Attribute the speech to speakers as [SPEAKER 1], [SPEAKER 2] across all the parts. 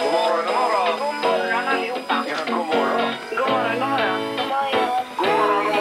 [SPEAKER 1] God morgon, god morgon.
[SPEAKER 2] God morgon allihopa.
[SPEAKER 1] Ja, god morgon.
[SPEAKER 2] God morgon, god morgon.
[SPEAKER 1] God morgon,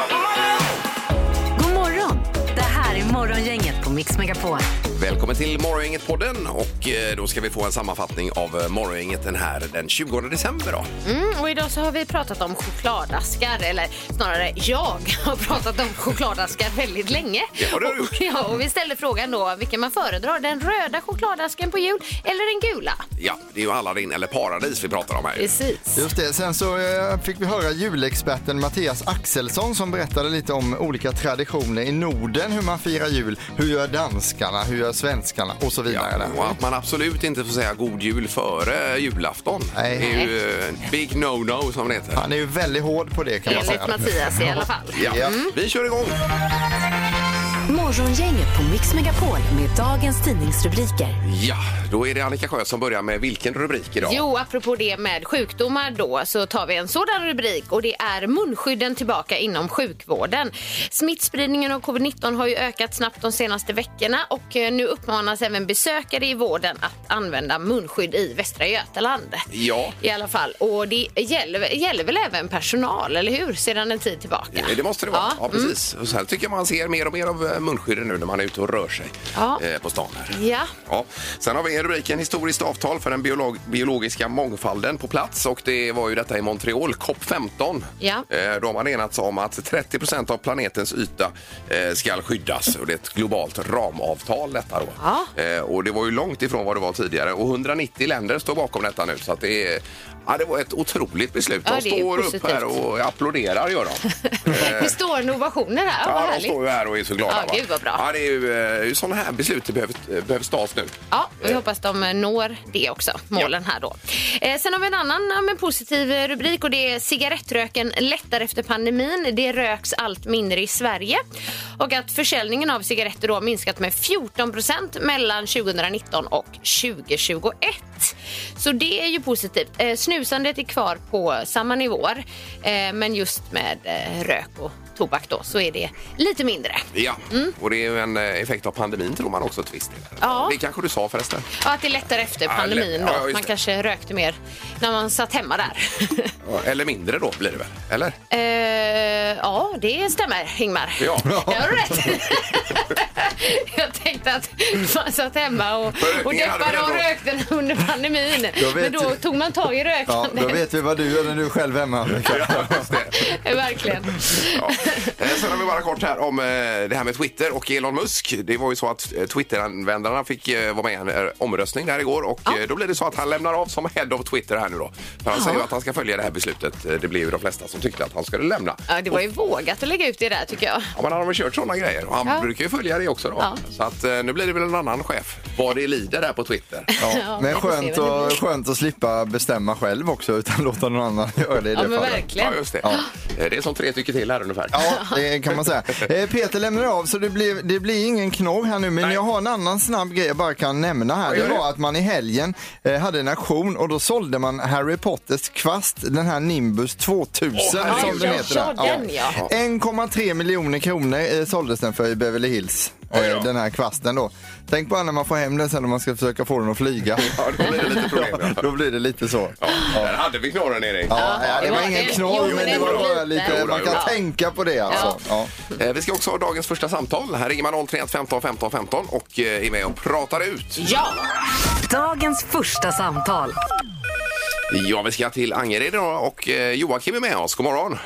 [SPEAKER 1] god morgon, god morgon.
[SPEAKER 3] God morgon! Det här är Morgongänget på Mix Megapol.
[SPEAKER 4] Välkommen till Morgongänget-podden och eh, då ska vi få en sammanfattning av eh, Morgongänget den här den 20 december då.
[SPEAKER 5] Mm, och idag så har vi pratat om chokladaskar, eller snarare jag har pratat om chokladaskar väldigt länge.
[SPEAKER 4] Det har du gjort.
[SPEAKER 5] Och, ja, och vi ställer frågan då vilken man föredrar, den röda chokladasken på jul eller den gula?
[SPEAKER 4] Ja, det är ju Aladdin eller Paradis vi pratar om här. ju.
[SPEAKER 5] Precis.
[SPEAKER 6] Just det. Sen så eh, fick vi höra julexperten Mattias Axelsson som berättade lite om olika traditioner i Norden, hur man firar jul, hur gör danskarna, hur gör svenskarna och så vidare.
[SPEAKER 4] Ja, och att man absolut inte får säga god jul före julafton.
[SPEAKER 6] Nej.
[SPEAKER 4] Det är ju eh, big no-no som det heter.
[SPEAKER 6] Han är ju väldigt hård på det kan man säga.
[SPEAKER 5] Enligt Mattias i alla fall.
[SPEAKER 4] Ja. Vi kör igång!
[SPEAKER 3] Morgongänget på Mix Megapol med dagens tidningsrubriker.
[SPEAKER 4] Ja, då är det Annika Sjö som börjar med vilken rubrik idag?
[SPEAKER 5] Jo, apropå det med sjukdomar då så tar vi en sådan rubrik och det är munskydden tillbaka inom sjukvården. Smittspridningen av covid-19 har ju ökat snabbt de senaste veckorna och eh, nu uppmanas även besökare i vården att använda munskydd i Västra Götaland.
[SPEAKER 4] Ja.
[SPEAKER 5] I alla fall. Och det gäller, gäller väl även personal, eller hur? Sedan en tid tillbaka.
[SPEAKER 4] Det måste det vara. Ja,
[SPEAKER 5] Ja, mm.
[SPEAKER 4] precis. Och sen tycker jag man ser mer och mer av eh, munskydden nu när man är ute och rör sig
[SPEAKER 5] Ja.
[SPEAKER 4] eh, på stan. Här.
[SPEAKER 5] Ja.
[SPEAKER 4] Ja. Sen har vi rubriken Historiskt avtal för den biolog biologiska mångfalden på plats och det var ju detta i Montreal, COP 15.
[SPEAKER 5] Ja.
[SPEAKER 4] Eh, Då har man enats om att 30 procent av planetens yta eh, ska skyddas och det är ett globalt ramavtal detta då.
[SPEAKER 5] Ja.
[SPEAKER 4] Eh, Och det var ju långt ifrån vad det var tidigare och 190 länder står bakom detta nu så att det är Ja, det var ett otroligt beslut.
[SPEAKER 5] Ja,
[SPEAKER 4] de
[SPEAKER 5] det är
[SPEAKER 4] står upp
[SPEAKER 5] positivt.
[SPEAKER 4] här och applåderar gör de.
[SPEAKER 5] Det står en ovationer här. Ja, vad
[SPEAKER 4] Ja, de
[SPEAKER 5] härligt.
[SPEAKER 4] står ju här och är så glada.
[SPEAKER 5] Ja, gud, vad bra.
[SPEAKER 4] Ja, det är ju eh, sådana här beslut det behövs, eh, behövs tas nu.
[SPEAKER 5] Ja, och vi hoppas de eh, når det också, målen här då. Eh, sen har vi en annan eh, men positiv eh, rubrik och det är cigarettröken lättar efter pandemin. Det röks allt mindre i Sverige och att försäljningen av cigaretter då har minskat med 14 procent mellan 2019 och 2021. Så det är ju positivt. Eh, snusandet är kvar på samma nivåer, eh, men just med eh, rök och tobak då så är det lite mindre.
[SPEAKER 4] Ja, och det är ju en eh, effekt av pandemin tror man också till viss del.
[SPEAKER 5] Ja.
[SPEAKER 4] Det kanske du sa förresten.
[SPEAKER 5] Ja, att det lättar efter
[SPEAKER 4] Ja, lätt-
[SPEAKER 5] pandemin
[SPEAKER 4] ja,
[SPEAKER 5] då.
[SPEAKER 4] just
[SPEAKER 5] Man
[SPEAKER 4] det.
[SPEAKER 5] kanske rökte mer när man satt hemma där.
[SPEAKER 4] Ja, Eller mindre då blir det väl? Eller?
[SPEAKER 5] Eh, ja, det stämmer, Ingmar.
[SPEAKER 4] Ja.
[SPEAKER 5] Jag har du rätt. Jag tänkte att man satt hemma och, och
[SPEAKER 4] Rökningen hade
[SPEAKER 5] deppade och
[SPEAKER 4] väl då-
[SPEAKER 5] rökte under pandemin.
[SPEAKER 6] Jag vet
[SPEAKER 5] Men då
[SPEAKER 6] ju.
[SPEAKER 5] tog man tag i
[SPEAKER 6] Ja, då
[SPEAKER 5] rökandet.
[SPEAKER 6] vet vi vad du gör när du är själv hemma. Annika.
[SPEAKER 5] Verkligen.
[SPEAKER 4] Ja. Eh, Sen har vi bara kort här om eh, det här med Twitter och Elon Musk. Det var ju så att eh, Twitter-användarna fick eh, vara med i en eh, omröstning där igår och eh, då blir det så att han lämnar av som head of Twitter här nu då. För han säger ju att han ska följa det här beslutet. Eh, Det blev ju de flesta som tyckte att han skulle lämna.
[SPEAKER 5] Ja, det var ju vågat att lägga ut det där tycker jag.
[SPEAKER 4] Ja, men han har väl kört sådana grejer och han
[SPEAKER 5] Ja.
[SPEAKER 4] brukar ju följa det också då.
[SPEAKER 5] Ja.
[SPEAKER 4] Så att eh, nu blir det väl en annan chef vad det lider där på Twitter.
[SPEAKER 5] Ja,
[SPEAKER 6] Men
[SPEAKER 5] vi får se
[SPEAKER 6] skönt,
[SPEAKER 5] vad det
[SPEAKER 6] och,
[SPEAKER 5] blir.
[SPEAKER 6] skönt att slippa bestämma själv också utan låta någon annan göra det i
[SPEAKER 5] Ja,
[SPEAKER 6] det
[SPEAKER 5] men
[SPEAKER 6] fallet.
[SPEAKER 5] verkligen.
[SPEAKER 4] Ja, just det. Eh, Det är som tre tycker till här ungefär.
[SPEAKER 6] Ja, det kan man säga. Eh, Peter lämnar av så det blir, det blir ingen knorr här nu men
[SPEAKER 4] Nej.
[SPEAKER 6] jag har en annan snabb grej jag bara kan nämna här.
[SPEAKER 4] gör
[SPEAKER 6] Det
[SPEAKER 4] det.
[SPEAKER 6] var att man i helgen eh, hade en auktion och då sålde man Harry Potters kvast, den här Nimbus 2000
[SPEAKER 4] Åh, herregud.
[SPEAKER 6] som den heter.
[SPEAKER 5] Ja, den, ja.
[SPEAKER 6] 1,3 miljoner kronor eh, såldes den för i Beverly Hills. eh,
[SPEAKER 4] Oj då.
[SPEAKER 6] Den här kvasten då. Tänk bara när man får hem den sen om man ska försöka få den att flyga.
[SPEAKER 4] Ja, då blir det lite problem. Ja.
[SPEAKER 6] Då blir det lite så.
[SPEAKER 4] Ja, där hade vi knorren, Erik.
[SPEAKER 6] Ja, ja, det
[SPEAKER 5] det
[SPEAKER 6] var
[SPEAKER 5] var
[SPEAKER 6] ingen
[SPEAKER 5] det.
[SPEAKER 6] knorr
[SPEAKER 5] Jo,
[SPEAKER 6] men det
[SPEAKER 5] men
[SPEAKER 6] var bara
[SPEAKER 5] lite.
[SPEAKER 6] lite,
[SPEAKER 4] Jo,
[SPEAKER 6] man
[SPEAKER 4] jo,
[SPEAKER 6] kan
[SPEAKER 4] ja.
[SPEAKER 6] tänka på det alltså. Ja.
[SPEAKER 4] Eh, Vi ska också ha dagens första samtal. Här ringer man 031 15 15 15 och eh, är med och pratar ut.
[SPEAKER 5] Ja,
[SPEAKER 3] Dagens första samtal.
[SPEAKER 4] Ja, vi ska till Angered idag och eh, Joakim är med oss. God morgon!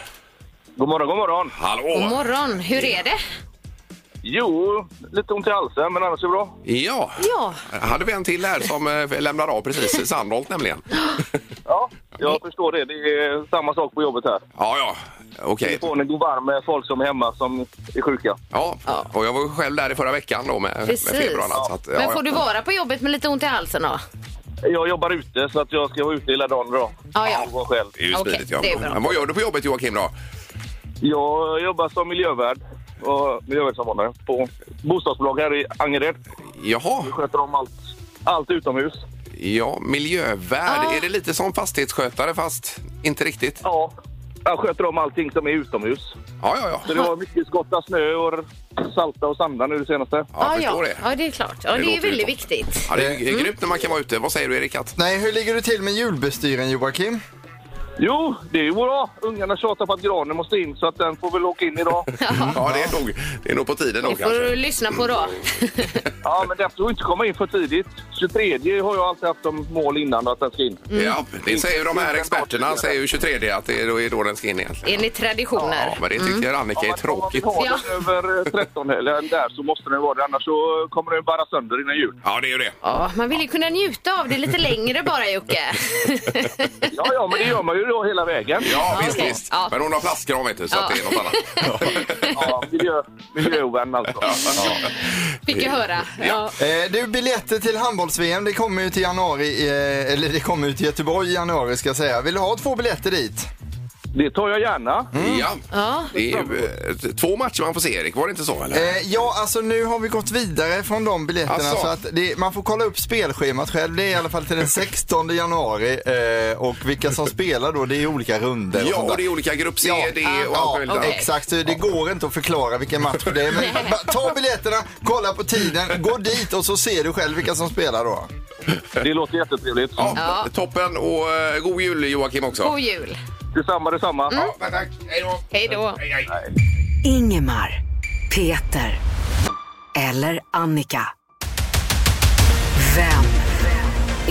[SPEAKER 7] God morgon, god morgon.
[SPEAKER 5] god
[SPEAKER 4] Hallå!
[SPEAKER 5] morgon. Hur är det?
[SPEAKER 7] Jo, lite ont i halsen, men annars är det bra.
[SPEAKER 4] Ja, Eh,
[SPEAKER 5] Ja,
[SPEAKER 4] hade vi en till här som eh, lämnar av precis, Sandholt nämligen.
[SPEAKER 7] Ja, jag förstår det. Det är samma sak på jobbet här.
[SPEAKER 4] Ja, ja, okej.
[SPEAKER 7] Telefonen går varm med folk som är hemma som är sjuka.
[SPEAKER 4] Ja, och jag var ju själv där i förra veckan då med, med
[SPEAKER 5] Precis.
[SPEAKER 4] feber och annat. Så att, ja,
[SPEAKER 5] men får du
[SPEAKER 4] ja.
[SPEAKER 5] vara på jobbet med lite ont i halsen då?
[SPEAKER 7] Jag jobbar ute, så att jag ska vara ute hela dagen idag.
[SPEAKER 5] Ja, ja.
[SPEAKER 7] Jag, själv.
[SPEAKER 4] Det är ju
[SPEAKER 5] Okej,
[SPEAKER 4] smidigt, ja.
[SPEAKER 5] det är bra.
[SPEAKER 4] Men vad gör du på jobbet Joakim då?
[SPEAKER 7] jag jobbar som miljövärd och miljövärdssamordnare på bostadsbolag här i Angered.
[SPEAKER 4] Jaha,
[SPEAKER 7] Sköter om allt, allt utomhus.
[SPEAKER 4] ja, miljövärd.
[SPEAKER 5] Ja.
[SPEAKER 4] Är det lite som fastighetsskötare fast inte riktigt?
[SPEAKER 7] Ja, Jag sköter om allting som är utomhus.
[SPEAKER 4] Ja, ja, ja.
[SPEAKER 7] Så det var mycket skotta snö och salta och sanda nu det senaste.
[SPEAKER 4] Ja, jag
[SPEAKER 5] ja.
[SPEAKER 4] förstår
[SPEAKER 5] Mm.
[SPEAKER 4] det.
[SPEAKER 5] ja, det är klart. Ja,
[SPEAKER 4] Det
[SPEAKER 5] det, är
[SPEAKER 4] låter ju
[SPEAKER 5] väldigt
[SPEAKER 4] toppen.
[SPEAKER 5] viktigt.
[SPEAKER 4] Ja, det är ju grymt när man kan vara ute. Vad säger du, Erik? Att...
[SPEAKER 6] Nej, hur ligger du till med julbestyren Joakim?
[SPEAKER 7] Jo, det är ju bra. Ungarna tjatar på att granen måste in så att den får väl åka in idag.
[SPEAKER 4] Ja, det är nog, det är nog på tiden
[SPEAKER 5] Det
[SPEAKER 4] nog
[SPEAKER 5] får du
[SPEAKER 4] kanske. Mm.
[SPEAKER 5] lyssna på då.
[SPEAKER 7] Ja, men den får inte komma in för tidigt. 23 har jag alltid haft som mål innan att den ska in.
[SPEAKER 4] Ja,
[SPEAKER 5] Mm.
[SPEAKER 4] det säger ju de här experterna, säger ju 23 att det är då- är då den ska in egentligen.
[SPEAKER 5] Enligt
[SPEAKER 4] Ja,
[SPEAKER 5] traditioner.
[SPEAKER 4] men det tycker
[SPEAKER 5] Mm.
[SPEAKER 4] Annika är tråkigt.
[SPEAKER 7] Om man
[SPEAKER 5] Ja.
[SPEAKER 7] har den över eh, 13 eller där så måste den vara det. Annars så kommer den bara sönder innan jul.
[SPEAKER 4] Ja, det är ju det.
[SPEAKER 5] Ja, man vill ju kunna njuta av det lite längre bara, Jocke.
[SPEAKER 7] Ja, ja, men det gör man ju då hela vägen.
[SPEAKER 4] Ja, visst,
[SPEAKER 5] okej.
[SPEAKER 4] visst.
[SPEAKER 5] Ja.
[SPEAKER 4] Men hon har plastkran, vet du, så att det är något annat.
[SPEAKER 7] Ja, miljö, miljöovän alltså.
[SPEAKER 5] Fick jag höra. Ja.
[SPEAKER 6] Eh, du, biljetter till handbolls-VM, det kommer ju till januari, eh, eller det kommer ut till Göteborg i januari ska jag säga. Vill du ha två biljetter dit?
[SPEAKER 7] Det tar jag gärna.
[SPEAKER 5] Mm.
[SPEAKER 4] Ja.
[SPEAKER 5] Ja.
[SPEAKER 4] Det är ju eh, två matcher man får se, Erik. Var det inte så? Eller?
[SPEAKER 6] Eh, ja, alltså nu har vi gått vidare från de biljetterna
[SPEAKER 4] Asså.
[SPEAKER 6] så att det, man får kolla upp spelschemat själv. Det är i alla fall till den 16 januari eh, och vilka som spelar då, det är olika runder.
[SPEAKER 4] Ja,
[SPEAKER 6] sånt där.
[SPEAKER 4] och det är olika grupp C,
[SPEAKER 6] Ja,
[SPEAKER 4] D och allt
[SPEAKER 6] ja,
[SPEAKER 4] möjligt annat.
[SPEAKER 6] Exakt, så det går inte att förklara vilken match det är. Men bara ta biljetterna, kolla på tiden, gå dit och så ser du själv vilka som spelar då.
[SPEAKER 7] Det låter jättetrevligt.
[SPEAKER 4] Ja,
[SPEAKER 5] Ja.
[SPEAKER 4] Toppen och eh, god jul Joakim också.
[SPEAKER 5] God jul.
[SPEAKER 7] Detsamma, detsamma.
[SPEAKER 4] Ja, men tack. Hej då.
[SPEAKER 5] Hej då.
[SPEAKER 4] Hej, hej.
[SPEAKER 3] Ingemar, Peter eller Annika. Vem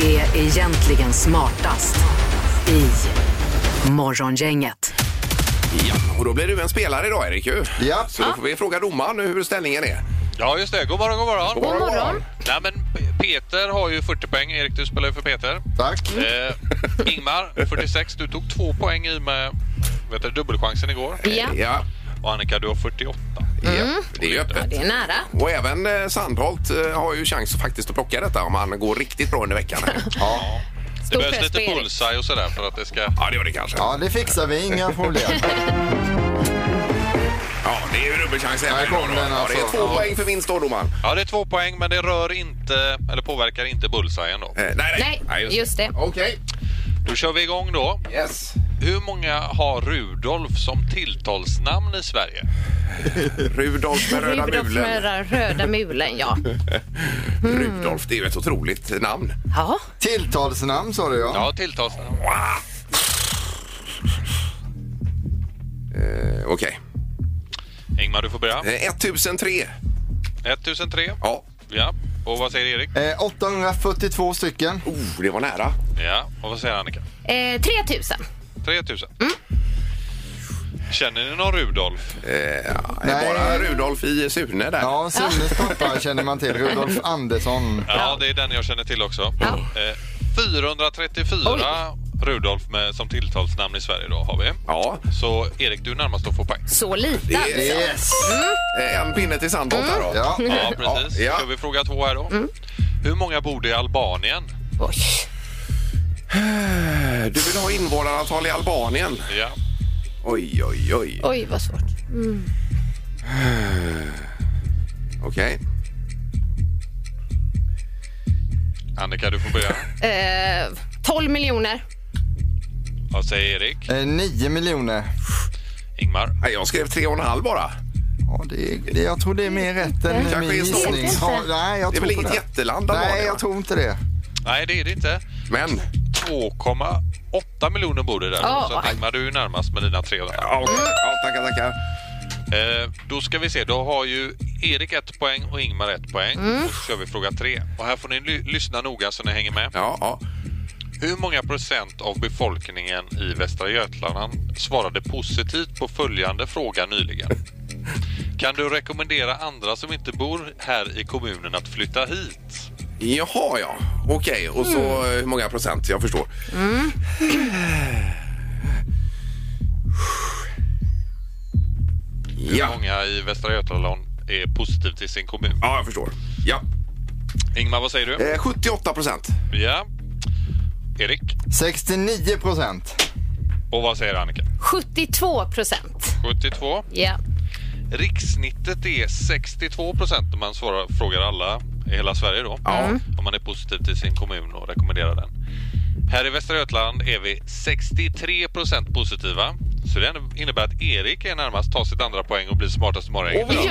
[SPEAKER 3] är egentligen smartast i Morgongänget?
[SPEAKER 4] Ja, och då blir du en spelare idag Erik ju.
[SPEAKER 6] Ja.
[SPEAKER 4] Så då får vi fråga domaren nu hur ställningen är.
[SPEAKER 8] Ja, just det. God morgon, god morgon.
[SPEAKER 5] God morgon.
[SPEAKER 8] Nej, men P- Peter har ju 40 poäng. Erik, du spelar ju för Peter.
[SPEAKER 6] Tack.
[SPEAKER 4] Mm.
[SPEAKER 8] Eh, Ingmar, 46. Du tog två poäng i med vet du, dubbelchansen igår.
[SPEAKER 5] Ja,
[SPEAKER 4] Ja.
[SPEAKER 8] Och Annika, du har 48.
[SPEAKER 5] Mm.
[SPEAKER 4] ja, det är ju öppet.
[SPEAKER 5] det är nära.
[SPEAKER 4] Och även eh, Sandholt eh, har ju chans att faktiskt att plocka detta om han går riktigt bra under veckan. här. ja.
[SPEAKER 8] Det
[SPEAKER 5] Stor
[SPEAKER 8] behövs
[SPEAKER 5] press på
[SPEAKER 8] lite
[SPEAKER 5] Erik.
[SPEAKER 8] bullseye och sådär för att det ska...
[SPEAKER 4] ja, det gör det kanske. Ja,
[SPEAKER 6] Ja, det fixar vi, inga problem.
[SPEAKER 4] det är ju dubbelchans även
[SPEAKER 6] Här kom
[SPEAKER 4] idag då.
[SPEAKER 6] den
[SPEAKER 4] Ja, det är
[SPEAKER 6] alltså.
[SPEAKER 4] två
[SPEAKER 6] Ja.
[SPEAKER 4] poäng för vinst då domaren.
[SPEAKER 8] Ja, det är två poäng, men det rör inte, eller påverkar inte bullseyen då.
[SPEAKER 4] Eh, nej, nej.
[SPEAKER 5] Nej,
[SPEAKER 4] Ja,
[SPEAKER 5] just det.
[SPEAKER 4] Okej.
[SPEAKER 8] Då kör vi igång då.
[SPEAKER 4] Yes.
[SPEAKER 8] Hur många har Rudolf som tilltalsnamn i Sverige?
[SPEAKER 4] Rudolf med röda
[SPEAKER 5] Rudolf med
[SPEAKER 4] mulen.
[SPEAKER 5] den röda mulen, ja.
[SPEAKER 4] Rudolf, det är ju ett otroligt namn.
[SPEAKER 5] Ja,
[SPEAKER 6] Tilltalsnamn sa du ja.
[SPEAKER 8] Ja, tilltalsnamn.
[SPEAKER 4] Eh, Okej.
[SPEAKER 8] Ingmar, du får börja.
[SPEAKER 4] Eh, 1003.
[SPEAKER 8] 1003.
[SPEAKER 4] Ja.
[SPEAKER 8] Ja. Och vad säger Erik?
[SPEAKER 6] Eh, 842 stycken.
[SPEAKER 4] Oh, det var nära.
[SPEAKER 8] Ja. Och vad säger Annika?
[SPEAKER 5] eh, 3000.
[SPEAKER 8] 3000.
[SPEAKER 5] Mm.
[SPEAKER 8] Känner ni någon Rudolf?
[SPEAKER 4] Eh,
[SPEAKER 6] Nej.
[SPEAKER 4] Bara Rudolf i Sune där.
[SPEAKER 6] Ja, Sunes pappa känner man till, Rudolf Andersson.
[SPEAKER 8] Ja, det är den jag känner till också.
[SPEAKER 5] Ja.
[SPEAKER 8] Eh, 434 Rudolf med, som tilltalsnamn i Sverige då har vi.
[SPEAKER 4] Ja.
[SPEAKER 8] Så Erik, du är närmast att få poäng.
[SPEAKER 5] Så lite.
[SPEAKER 4] Det är
[SPEAKER 6] Yes!
[SPEAKER 4] eh, en pinne till Sandholt där då.
[SPEAKER 6] Mm. Ja.
[SPEAKER 8] Ja, precis.
[SPEAKER 4] Ja, ja.
[SPEAKER 8] Ska vi fråga två här då?
[SPEAKER 5] Mm.
[SPEAKER 8] Hur många bor det i Albanien?
[SPEAKER 5] Oj.
[SPEAKER 4] Eh, Du vill ha invånarantal i Albanien.
[SPEAKER 8] Ja.
[SPEAKER 4] Oj, oj, oj.
[SPEAKER 5] Oj, vad svårt.
[SPEAKER 4] Okej.
[SPEAKER 8] Annika, du får börja.
[SPEAKER 5] Eh, 12 miljoner.
[SPEAKER 8] Vad säger Erik?
[SPEAKER 6] Eh, 9 miljoner.
[SPEAKER 8] Ingmar?
[SPEAKER 4] Nej, Jag skrev tre och en halv bara.
[SPEAKER 6] Ja, det, är- det, jag tror det är mer rätt än
[SPEAKER 4] Kanske
[SPEAKER 6] min
[SPEAKER 4] är snålt.
[SPEAKER 6] gissning. Ja, nej, jag
[SPEAKER 4] Det är
[SPEAKER 6] tror
[SPEAKER 4] väl
[SPEAKER 6] på
[SPEAKER 4] inget
[SPEAKER 6] det.
[SPEAKER 4] jätteland
[SPEAKER 6] Nej,
[SPEAKER 4] Albanien, va?
[SPEAKER 6] jag tror inte det.
[SPEAKER 8] Nej, det är det inte.
[SPEAKER 4] Men...
[SPEAKER 8] 2,8 miljoner bor det där.
[SPEAKER 5] Ja.
[SPEAKER 8] Så att Ingmar, du är närmast med dina tre. där.
[SPEAKER 4] Ja, okej. ja, tackar, tackar.
[SPEAKER 8] Eh, då ska vi se. Då har ju Erik ett poäng och Ingmar ett poäng. Då kör vi fråga tre. Och här får ni ly- lyssna noga så ni hänger med.
[SPEAKER 4] Ja, ja.
[SPEAKER 8] Hur många procent av befolkningen i Västra Götaland svarade positivt på följande fråga nyligen? Kan du rekommendera andra som inte bor här i kommunen att flytta hit?
[SPEAKER 4] Jaha, ja. Okej, och så eh, hur många procent? Jag förstår. Ja.
[SPEAKER 8] Hur många i Västra Götaland är positivt till sin kommun?
[SPEAKER 4] ja, jag förstår. Ja.
[SPEAKER 8] Ingmar, vad säger du?
[SPEAKER 4] Eh, 78 procent.
[SPEAKER 8] Ja. Erik?
[SPEAKER 6] 69 procent.
[SPEAKER 8] Och vad säger Annika?
[SPEAKER 5] 72 procent.
[SPEAKER 8] 72.
[SPEAKER 5] Ja.
[SPEAKER 8] Rikssnittet är 62 procent om man svarar, frågar alla i hela Sverige då.
[SPEAKER 5] Mm.
[SPEAKER 8] Om man är positiv till sin kommun och rekommenderar den. Här i Västra Götaland är vi 63 procent positiva Så det innebär att Erik är närmast, tar sitt andra poäng och blir smartast i morgon.
[SPEAKER 4] Och vinner!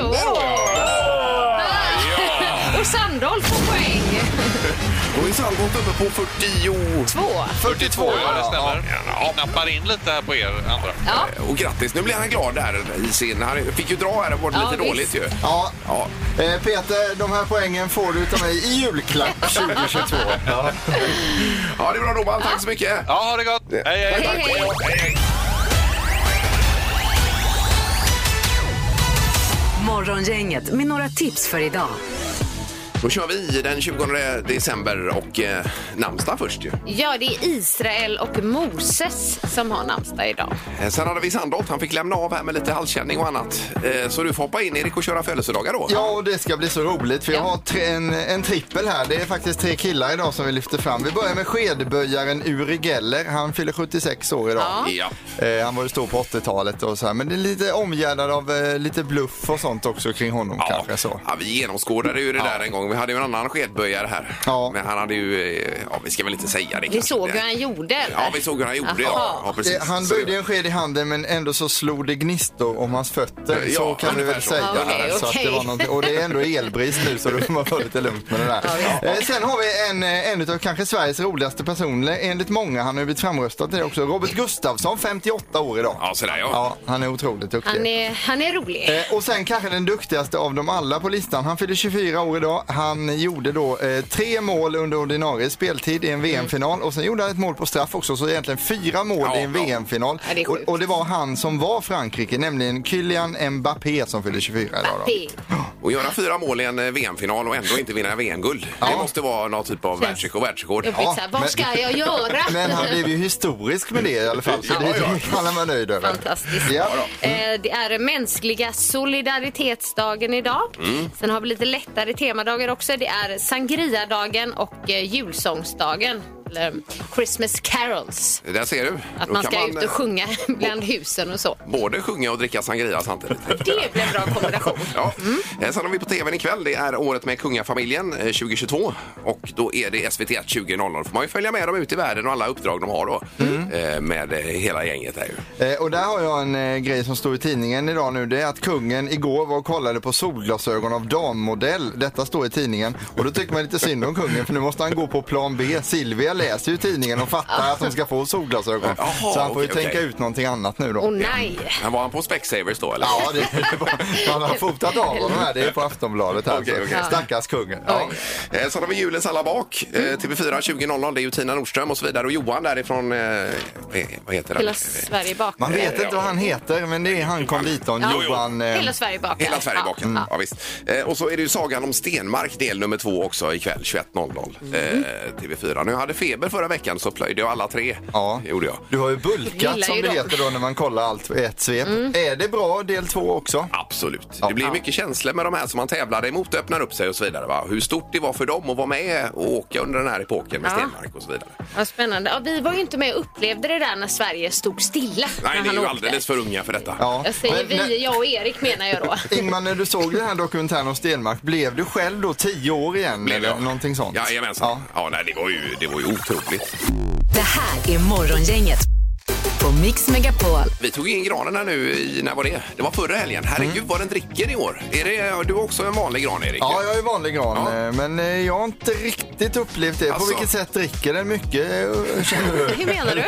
[SPEAKER 5] Jo. Och Sandholt får poäng.
[SPEAKER 4] Då är Sandholt uppe på 40.
[SPEAKER 5] Två.
[SPEAKER 8] 42, ja det stämmer. Knappar in lite här på er andra.
[SPEAKER 5] Ja.
[SPEAKER 4] Eh, Och grattis, nu blir han glad där i sin... Han fick ju dra här, det var
[SPEAKER 5] Ja,
[SPEAKER 4] lite
[SPEAKER 5] visst.
[SPEAKER 4] dåligt ju.
[SPEAKER 6] Ja.
[SPEAKER 4] Ja.
[SPEAKER 6] Eh, Peter, de här poängen får du utav mig i julklapp 2022.
[SPEAKER 4] ja, det är bra Robban, tack så mycket.
[SPEAKER 8] Ja, ha det gott! Hej, hej!
[SPEAKER 5] Hej, hej.
[SPEAKER 3] Morgongänget med några tips för idag.
[SPEAKER 4] Då kör vi den 20 december och eh, namnsdag först ju.
[SPEAKER 5] Ja, det är Israel och Moses som har namnsdag idag.
[SPEAKER 4] Eh, Sen hade vi Sandholt, han fick lämna av här med lite halskänning och annat. Eh, Så du får hoppa in Erik och köra födelsedagar då.
[SPEAKER 6] Ja, och det ska bli så roligt för jag
[SPEAKER 5] Ja.
[SPEAKER 6] har tre, en, en trippel här. Det är faktiskt tre killar idag som vi lyfter fram. Vi börjar med skedböjaren Uri Geller. Han fyller 76 år idag.
[SPEAKER 4] Ja.
[SPEAKER 6] Eh, han var ju stor på 80-talet och så här, men det är lite omgärdad av eh, lite bluff och sånt också kring honom kanske så.
[SPEAKER 4] ja, vi genomskådade ju det där en gång. Vi hade ju en annan skedböjare här.
[SPEAKER 6] Ja.
[SPEAKER 4] Men han hade ju, eh, ja vi ska väl inte säga det
[SPEAKER 5] Vi
[SPEAKER 4] kanske.
[SPEAKER 5] såg hur han gjorde. eller?
[SPEAKER 4] Ja, vi såg hur han gjorde.
[SPEAKER 5] Jaha.
[SPEAKER 4] Ja. Ja, precis.
[SPEAKER 6] Eh, Han
[SPEAKER 4] Så det-
[SPEAKER 6] böjde en sked i handen men ändå så slog det gnistor om hans fötter.
[SPEAKER 4] Ja,
[SPEAKER 6] så kan vi väl
[SPEAKER 4] ungefär så.
[SPEAKER 6] säga.
[SPEAKER 5] Ja, okej,
[SPEAKER 6] här, så att det
[SPEAKER 5] okej.
[SPEAKER 6] var någonting- och det är ändå elbrist nu så då får man vara lite lugnt med det där. Eh, Sen har vi en, eh, en av kanske Sveriges roligaste personer enligt många. Han har ju blivit framröstad till det också. Robert Gustafsson, 58 år idag.
[SPEAKER 4] Ja, sådär ja.
[SPEAKER 6] Ja, han är otroligt duktig.
[SPEAKER 5] Han är, han är rolig.
[SPEAKER 6] Eh, och sen kanske den duktigaste av dem alla på listan. Han fyllde 24 år idag. Han gjorde då eh, tre mål under ordinarie speltid i en VM-final och sen gjorde han ett mål på straff också. Så egentligen fyra mål
[SPEAKER 4] Ja,
[SPEAKER 6] i en
[SPEAKER 4] ja.
[SPEAKER 6] VM-final.
[SPEAKER 5] Ja, det är
[SPEAKER 6] och,
[SPEAKER 5] sjukt.
[SPEAKER 6] och det var han som var Frankrike, nämligen Kylian Mbappé som fyllde 24 idag. Då.
[SPEAKER 5] Det-
[SPEAKER 4] Och göra fyra mål i en eh, VM-final och ändå inte vinna VM-guld. Det måste vara någon typ av världsrekord. världsrekord.
[SPEAKER 5] Jag
[SPEAKER 6] Ja,
[SPEAKER 5] blir så här, vad
[SPEAKER 6] men-
[SPEAKER 5] ska jag göra?
[SPEAKER 6] Men han blev ju historisk med det i alla fall, så det,
[SPEAKER 4] Ja,
[SPEAKER 6] det kan han vara nöjd över.
[SPEAKER 5] Fantastiskt.
[SPEAKER 6] Ja.
[SPEAKER 5] Eh, Det är mänskliga solidaritetsdagen idag.
[SPEAKER 4] Mm.
[SPEAKER 5] Sen har vi lite lättare temadagar också. Det är sangriadagen och eh, julsångsdagen. Eller Christmas carols.
[SPEAKER 4] Där ser du.
[SPEAKER 5] Att
[SPEAKER 4] Då
[SPEAKER 5] man
[SPEAKER 4] kan
[SPEAKER 5] ska ut
[SPEAKER 4] eh,
[SPEAKER 5] och sjunga bland husen och så.
[SPEAKER 4] Både sjunga och dricka sangria samtidigt.
[SPEAKER 5] Det blir en bra kombination.
[SPEAKER 4] Ja. Eh, Sen har vi på tvn ikväll, det är året med kungafamiljen eh, 2022 och då är det SVT 20.00. får man ju följa med dem ut i världen och alla uppdrag de har då eh, med eh, hela gänget här ju.
[SPEAKER 6] Eh, och där har jag en eh, grej som står i tidningen idag nu. Det är att kungen igår var och kollade på solglasögon av dammodell. Detta står i tidningen. Och då tycker man lite synd om kungen för nu måste han gå på plan B. Silvia läser ju tidningen och fattar att hon ska få solglasögon.
[SPEAKER 4] Jaha,
[SPEAKER 6] Så han får ju
[SPEAKER 4] okej,
[SPEAKER 6] tänka
[SPEAKER 4] okej.
[SPEAKER 6] ut någonting annat nu då.
[SPEAKER 5] Och nej.
[SPEAKER 4] Men var han på Specsavers då eller?
[SPEAKER 6] Ja, det, det var, man har fotat av honom här. Det är på Aftonbladet här.
[SPEAKER 4] Okej,
[SPEAKER 6] så.
[SPEAKER 4] okej.
[SPEAKER 6] Stackars kungen. Ja.
[SPEAKER 4] Eh, Sen har vi julens alla bak, eh, TV4 20.00. Det är ju Tina Nordström och så vidare och Johan därifrån, eh, eh, vad heter den?
[SPEAKER 5] Hela Sverige bak.
[SPEAKER 6] Man vet inte vad han heter men det är han konditorn
[SPEAKER 5] Ja.
[SPEAKER 6] Johan. eh,
[SPEAKER 5] Hela Sverige bak.
[SPEAKER 4] Hela Sverige
[SPEAKER 5] Ja.
[SPEAKER 4] bakar. Ja. visst. Eh, och så är det ju Sagan om Stenmark del nummer två också ikväll 21.00 eh, TV4. Nu hade feber förra veckan så plöjde jag alla tre.
[SPEAKER 6] Ja.
[SPEAKER 4] Det gjorde jag.
[SPEAKER 6] Du har ju bulkat
[SPEAKER 5] Gillar
[SPEAKER 6] som
[SPEAKER 5] ju
[SPEAKER 6] det
[SPEAKER 5] dem. Mm.
[SPEAKER 6] heter då när man kollar allt i ett svep. Är det bra del två också?
[SPEAKER 4] Absolut.
[SPEAKER 6] Ja.
[SPEAKER 4] Det blir mycket känslor med de här som man tävlade emot, öppnar upp sig och så vidare. Va? Hur stort det var för dem att vara med och åka under den här epoken med
[SPEAKER 5] Ja.
[SPEAKER 4] Stenmark och så vidare.
[SPEAKER 5] Vad spännande. Ja, vi var ju inte med och upplevde det där när Sverige stod stilla.
[SPEAKER 4] Nej,
[SPEAKER 5] när
[SPEAKER 4] ni är
[SPEAKER 5] han
[SPEAKER 4] ju
[SPEAKER 5] åkte.
[SPEAKER 4] alldeles för unga för detta.
[SPEAKER 6] Ja.
[SPEAKER 5] Jag säger
[SPEAKER 6] Men-
[SPEAKER 5] vi, jag och Erik menar jag då.
[SPEAKER 6] Ingmar, när du såg den här dokumentären om Stenmark, blev du själv då tio år igen?
[SPEAKER 4] Blev
[SPEAKER 6] eller
[SPEAKER 4] jag.
[SPEAKER 6] någonting sånt?
[SPEAKER 4] Jajamensan. Ja. Ja, nej, det, var ju, det var ju otroligt.
[SPEAKER 3] Det här är Morgongänget på Mix Megapol.
[SPEAKER 4] Vi tog in granen här nu i, när var det? Det var förra helgen. Herregud vad den dricker i år. Är det, du har också en vanlig gran Erik?
[SPEAKER 6] Mm. Ja, jag är vanlig gran,
[SPEAKER 4] Ja.
[SPEAKER 6] eh, men eh, jag har inte riktigt upplevt det.
[SPEAKER 4] Alltså.
[SPEAKER 6] På vilket sätt dricker den mycket? eh, Känner du?
[SPEAKER 5] Hur menar du?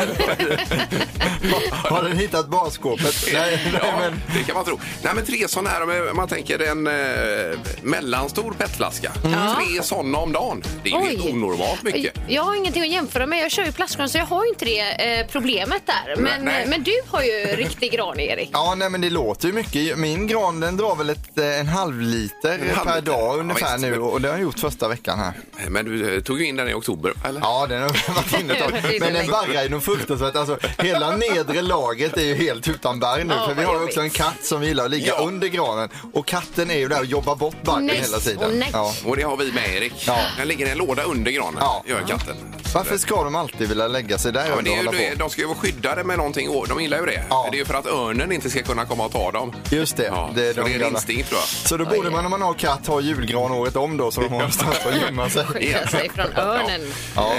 [SPEAKER 6] Har- Har den hittat barskåpet? Nej, nej,
[SPEAKER 4] Ja,
[SPEAKER 6] men...
[SPEAKER 4] det kan man tro. Nej, men tre sådana här, om man tänker en eh, mellanstor petflaska. Tre sådana om dagen. Det är ju helt onormalt mycket.
[SPEAKER 5] Jag har ingenting att jämföra med. Jag kör ju plastgran så jag har ju inte det eh, problemet där. Men, eh,
[SPEAKER 4] Nej.
[SPEAKER 5] men du har ju riktig gran Erik.
[SPEAKER 6] Ja, nej, men det låter ju mycket. Min gran den drar väl ett, eh, en halv liter
[SPEAKER 4] En halv
[SPEAKER 6] per
[SPEAKER 4] liter.
[SPEAKER 6] dag
[SPEAKER 4] Ja,
[SPEAKER 6] ungefär
[SPEAKER 4] visst.
[SPEAKER 6] nu och det har jag gjort första veckan här.
[SPEAKER 4] Men du eh, tog ju in den i oktober, eller?
[SPEAKER 6] Ja, den har varit inne ett tag. Men den barrar ju nog fruktansvärt. Alltså, hela nedre laget är ju helt utan barr nu.
[SPEAKER 5] Ja,
[SPEAKER 6] För vi
[SPEAKER 5] vad
[SPEAKER 6] har ju
[SPEAKER 5] jobbigt.
[SPEAKER 6] också en katt som gillar att ligga
[SPEAKER 4] Ja.
[SPEAKER 6] under granen. Och katten är ju där och jobbar bort barren
[SPEAKER 5] Nej,
[SPEAKER 6] hela
[SPEAKER 5] åh,
[SPEAKER 6] tiden.
[SPEAKER 5] nej.
[SPEAKER 6] Ja.
[SPEAKER 4] Och det har vi med Erik.
[SPEAKER 6] Ja.
[SPEAKER 4] Den ligger i en låda under granen,
[SPEAKER 6] Ja.
[SPEAKER 4] gör katten.
[SPEAKER 6] Varför ska de alltid vilja lägga sig där?
[SPEAKER 4] Ja, men det är
[SPEAKER 6] och
[SPEAKER 4] ju,
[SPEAKER 6] hålla
[SPEAKER 4] det- de ska ju vara skyddade med någonting i år. De gillar ju det.
[SPEAKER 6] Ja.
[SPEAKER 4] Det är ju för att örnen inte ska kunna komma och ta dem.
[SPEAKER 6] på? Just det.
[SPEAKER 4] Ja,
[SPEAKER 6] det är,
[SPEAKER 4] så
[SPEAKER 6] de
[SPEAKER 4] det är en
[SPEAKER 6] gamla.
[SPEAKER 4] instinkt tror jag.
[SPEAKER 6] Så då borde man om man har katt ha julgran året om då så de har någonstans att gömma sig.
[SPEAKER 5] Skydda sig från örnen.
[SPEAKER 6] Ja.
[SPEAKER 4] Eh,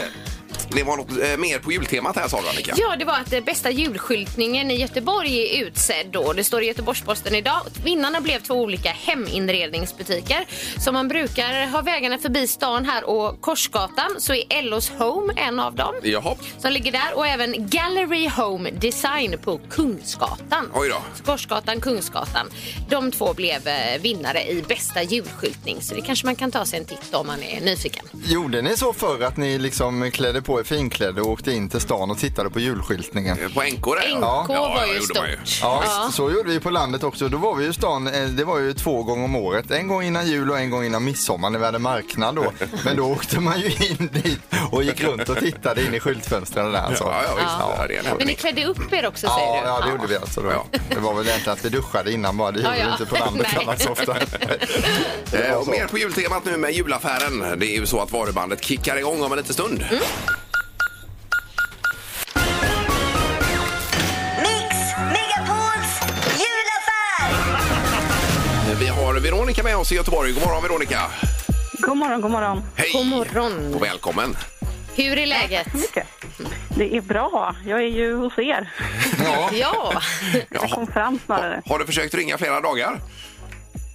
[SPEAKER 4] Det var något eh, mer på jultemat här sa du Annika.
[SPEAKER 5] Ja, det var att eh, bästa julskyltningen i Göteborg är utsedd då. Det står i Göteborgs-Posten idag. Vinnarna blev två olika heminredningsbutiker. Som man brukar ha vägarna förbi stan här och Korsgatan så är Ellos Home en av dem.
[SPEAKER 4] Jaha.
[SPEAKER 5] Som ligger där och även Gallery Home Design på Kungsgatan.
[SPEAKER 4] Oj då.
[SPEAKER 5] Så Korsgatan, Kungsgatan. De två blev eh, vinnare i bästa julskyltning. Så det kanske man kan ta sig en titt om man är nyfiken.
[SPEAKER 6] Gjorde ni så förr att ni liksom klädde på er finkläder och åkte in till stan och tittade på julskyltningen?
[SPEAKER 4] Eh, På NK där.
[SPEAKER 5] NK
[SPEAKER 4] ja.
[SPEAKER 5] var
[SPEAKER 4] det
[SPEAKER 5] ju
[SPEAKER 4] gjorde
[SPEAKER 5] stort.
[SPEAKER 4] man
[SPEAKER 6] Ja, visst. så gjorde vi på landet också. Då var vi ju i stan, eh, det var ju två gånger om året. En gång innan jul och en gång innan midsommar när vi hade marknad då. Men då åkte man ju in dit och gick runt och tittade in i skyltfönstren där alltså.
[SPEAKER 4] Ja, ja, visst. Ja. det är en
[SPEAKER 5] Men ni
[SPEAKER 4] hämtning.
[SPEAKER 5] klädde upp er också säger
[SPEAKER 6] Ja,
[SPEAKER 5] du?
[SPEAKER 6] ja, det gjorde vi alltså då.
[SPEAKER 4] Ja.
[SPEAKER 6] Det var väl egentligen att vi duschade innan bara. Det gjorde
[SPEAKER 5] Ja, ja.
[SPEAKER 6] vi inte på landet
[SPEAKER 5] Nej.
[SPEAKER 6] annars ofta.
[SPEAKER 4] Eh, och mer på jultemat nu med julaffären. Det är ju så att varubandet kickar igång om en liten stund.
[SPEAKER 5] Mm.
[SPEAKER 9] Mix Megapols julaffär!
[SPEAKER 4] Vi har Veronica med oss i Göteborg. God morgon Veronica!
[SPEAKER 2] God morgon, god morgon.
[SPEAKER 4] Hej!
[SPEAKER 5] God morgon.
[SPEAKER 4] Och välkommen!
[SPEAKER 5] Hur är läget?
[SPEAKER 2] Mycket. Det är bra. Jag är ju hos er.
[SPEAKER 5] Ja,
[SPEAKER 2] Jag kom fram snarare.
[SPEAKER 4] Har du försökt ringa flera dagar?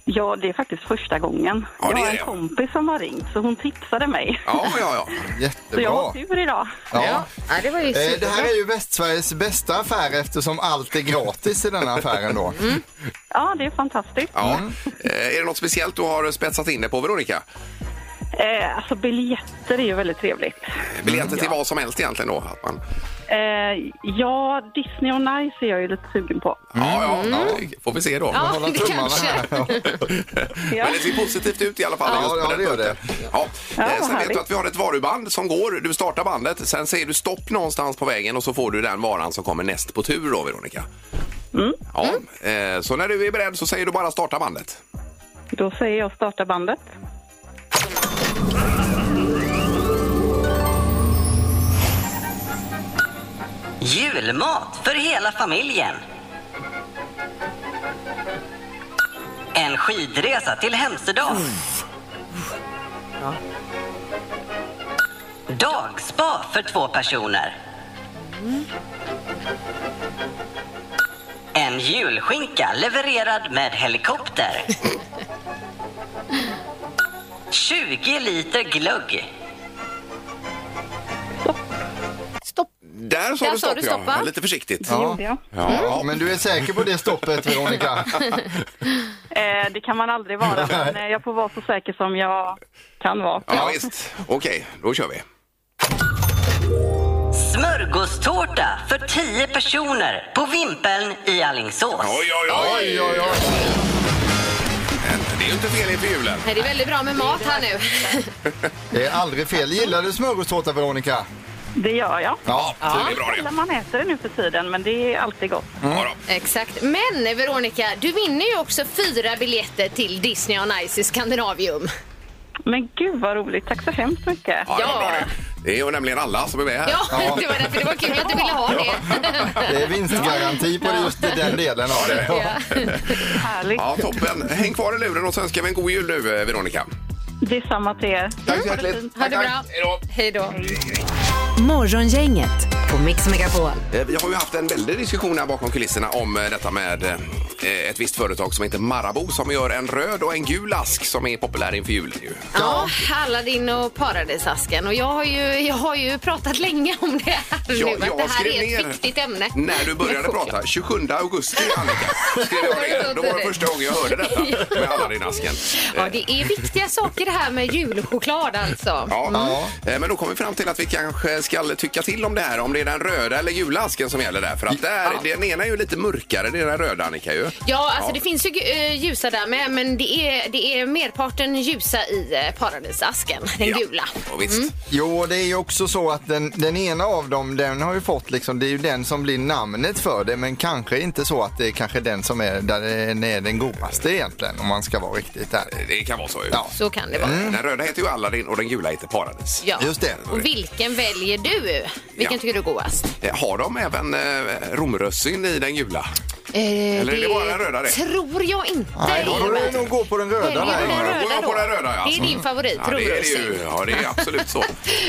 [SPEAKER 2] Ja, det är faktiskt första gången.
[SPEAKER 4] Ja, det
[SPEAKER 2] jag
[SPEAKER 4] är
[SPEAKER 2] har en
[SPEAKER 4] det.
[SPEAKER 2] kompis som har ringt, så hon tipsade mig.
[SPEAKER 4] Ja, ja, ja.
[SPEAKER 2] Så jag
[SPEAKER 6] Jättebra.
[SPEAKER 2] har tur idag.
[SPEAKER 6] Ja.
[SPEAKER 5] ja det var ju
[SPEAKER 6] Eh, Det
[SPEAKER 5] superbra.
[SPEAKER 6] här är ju Västsveriges bästa affär eftersom allt är gratis i denna affären då.
[SPEAKER 5] Mm.
[SPEAKER 2] Ja, det är fantastiskt.
[SPEAKER 4] ja.
[SPEAKER 6] Mm.
[SPEAKER 4] Eh, Är det något speciellt du har spetsat in dig på Veronica?
[SPEAKER 2] Eh, alltså, biljetter är ju väldigt trevligt.
[SPEAKER 6] Mm.
[SPEAKER 4] Biljetter till vad som helst egentligen då? Att man...
[SPEAKER 2] Eh, ja, Disney on Ice är jag ju lite sugen på.
[SPEAKER 6] Mm.
[SPEAKER 4] Ja, ja, ja. Får vi se då.
[SPEAKER 5] Ja,
[SPEAKER 6] Hålla
[SPEAKER 5] det
[SPEAKER 6] tummarna
[SPEAKER 5] kanske.
[SPEAKER 6] här.
[SPEAKER 4] Men det ser positivt ut i alla fall.
[SPEAKER 6] Ja,
[SPEAKER 4] just på
[SPEAKER 6] ja,
[SPEAKER 4] den
[SPEAKER 6] det gör
[SPEAKER 4] punkten. Ja.
[SPEAKER 2] Ja,
[SPEAKER 4] Eh,
[SPEAKER 2] vad
[SPEAKER 4] sen vet
[SPEAKER 2] härligt.
[SPEAKER 4] du att vi har ett varuband som går. Du startar bandet, sen säger du stopp någonstans på vägen och så får du den varan som kommer näst på tur då, Veronica. Ja. Eh, Så när du är beredd så säger du bara starta bandet.
[SPEAKER 2] Då säger jag starta bandet.
[SPEAKER 10] Julmat för hela familjen. En skidresa till Hemsedal. Dagspa för två personer. En julskinka levererad med helikopter. 20 liter glögg.
[SPEAKER 5] Stopp.
[SPEAKER 4] Där sa
[SPEAKER 5] Där
[SPEAKER 4] du
[SPEAKER 5] sa
[SPEAKER 4] stopp,
[SPEAKER 5] du stopp,
[SPEAKER 4] ja. Mm.
[SPEAKER 5] va?
[SPEAKER 4] Lite försiktigt.
[SPEAKER 2] Det gjorde jag.
[SPEAKER 5] Mm.
[SPEAKER 6] Ja, men du är säker på det stoppet Veronica?
[SPEAKER 2] Eh, det kan man aldrig vara, men eh, jag får vara så säker som jag kan vara.
[SPEAKER 4] Ja, visst. Okej, då kör vi.
[SPEAKER 10] Smörgåstårta för 10 personer på Vimpeln i Alingsås.
[SPEAKER 4] Oj, oj, oj! oj, oj. Det är ju inte fel inför julen.
[SPEAKER 5] Nej, det är väldigt bra med mat här nu.
[SPEAKER 6] Det är aldrig fel. Gillar du smörgåstårta Veronica?
[SPEAKER 2] Det gör jag.
[SPEAKER 6] Ja.
[SPEAKER 4] Så det är bra det.
[SPEAKER 2] Eller man äter det nu för tiden, men det är alltid gott.
[SPEAKER 11] Mm.
[SPEAKER 4] Ja, då.
[SPEAKER 5] Exakt. Men Veronica, du vinner ju också fyra biljetter till Disney on Ice i Skandinavium.
[SPEAKER 2] Men gud vad roligt, tack så hemskt mycket.
[SPEAKER 4] Ja, det var
[SPEAKER 5] Ja.
[SPEAKER 4] bra det. Det är ju nämligen alla som är med här.
[SPEAKER 5] Ja, det var därför det var kul att du ville ha det.
[SPEAKER 6] Det är vinstgaranti på just den delen av det.
[SPEAKER 2] Härligt.
[SPEAKER 4] Ja, toppen. Häng kvar i luren och så önskar vi en god jul nu, eh, Veronica.
[SPEAKER 2] Detsamma till er.
[SPEAKER 4] Tack så hjärtligt.
[SPEAKER 5] Mm. Ha det
[SPEAKER 4] Tack,
[SPEAKER 5] bra.
[SPEAKER 4] tack. Hej då.
[SPEAKER 5] Hej då.
[SPEAKER 3] Morgongänget på Mix Megapol.
[SPEAKER 4] Eh, Vi har ju haft en väldig diskussion här bakom kulisserna om eh, detta med eh, ett visst företag som heter Marabou som gör en röd och en gul ask som är populär inför julen. Ju.
[SPEAKER 5] Ja, Aladdin och Paradisasken. Och jag har, ju, jag har ju pratat länge om det här nu,
[SPEAKER 4] Jag- jag
[SPEAKER 5] att det här
[SPEAKER 4] skrev
[SPEAKER 5] är ett
[SPEAKER 4] ner
[SPEAKER 5] viktigt ämne.
[SPEAKER 4] När du började
[SPEAKER 5] Med choklad.
[SPEAKER 4] prata, 27 augusti Annika, skrev jag ner. Då var det första gången jag hörde detta med alla din asken.
[SPEAKER 5] Ja, det är viktiga saker det här med julchoklad alltså.
[SPEAKER 4] Ja. Eh, Men då kom vi fram till att vi kanske ska tycka till om det här, om det är den röda eller gula asken som gäller där. För att där, den ena är ju lite mörkare, det är den röda Annika ju.
[SPEAKER 5] Ja, alltså
[SPEAKER 4] Ja.
[SPEAKER 5] det finns ju eh, ljusa där med, men det är, det är merparten ljusa i eh, paradisasken, den gula. Mm.
[SPEAKER 4] Ja, visst.
[SPEAKER 6] Jo, det är ju också så att den, den ena av dem, den har ju fått liksom, det är ju den som blir namnet för det, men kanske inte så att det är kanske den som är, där den är den godaste egentligen, om man ska vara riktigt ärlig.
[SPEAKER 4] Eh, Det kan vara så ju. Eh,
[SPEAKER 6] Ja.
[SPEAKER 5] Så kan det vara.
[SPEAKER 4] Den röda heter ju Aladdin och den gula heter Paradis.
[SPEAKER 5] Ja.
[SPEAKER 6] Just det.
[SPEAKER 5] Och vilken väljer du? Vilken
[SPEAKER 4] Ja.
[SPEAKER 6] Eh,
[SPEAKER 5] tycker du är godast?
[SPEAKER 4] Eh, Har de även eh, romrössin i den gula?
[SPEAKER 5] Eh,
[SPEAKER 4] Eller är det bara den röda det?
[SPEAKER 5] tror jag inte.
[SPEAKER 6] Nej, då får
[SPEAKER 5] Ingmar.
[SPEAKER 6] du nog gå på den
[SPEAKER 5] Väljer
[SPEAKER 6] röda.
[SPEAKER 5] du den
[SPEAKER 4] Då
[SPEAKER 6] Där.
[SPEAKER 4] går
[SPEAKER 5] röda
[SPEAKER 4] jag
[SPEAKER 5] då?
[SPEAKER 4] på den röda, ja,
[SPEAKER 5] Det är
[SPEAKER 4] alltså.
[SPEAKER 5] din favorit,
[SPEAKER 4] Ja,
[SPEAKER 5] tror
[SPEAKER 4] det är
[SPEAKER 5] du.
[SPEAKER 4] det ju.
[SPEAKER 5] Sid.
[SPEAKER 4] Ja, det är absolut så.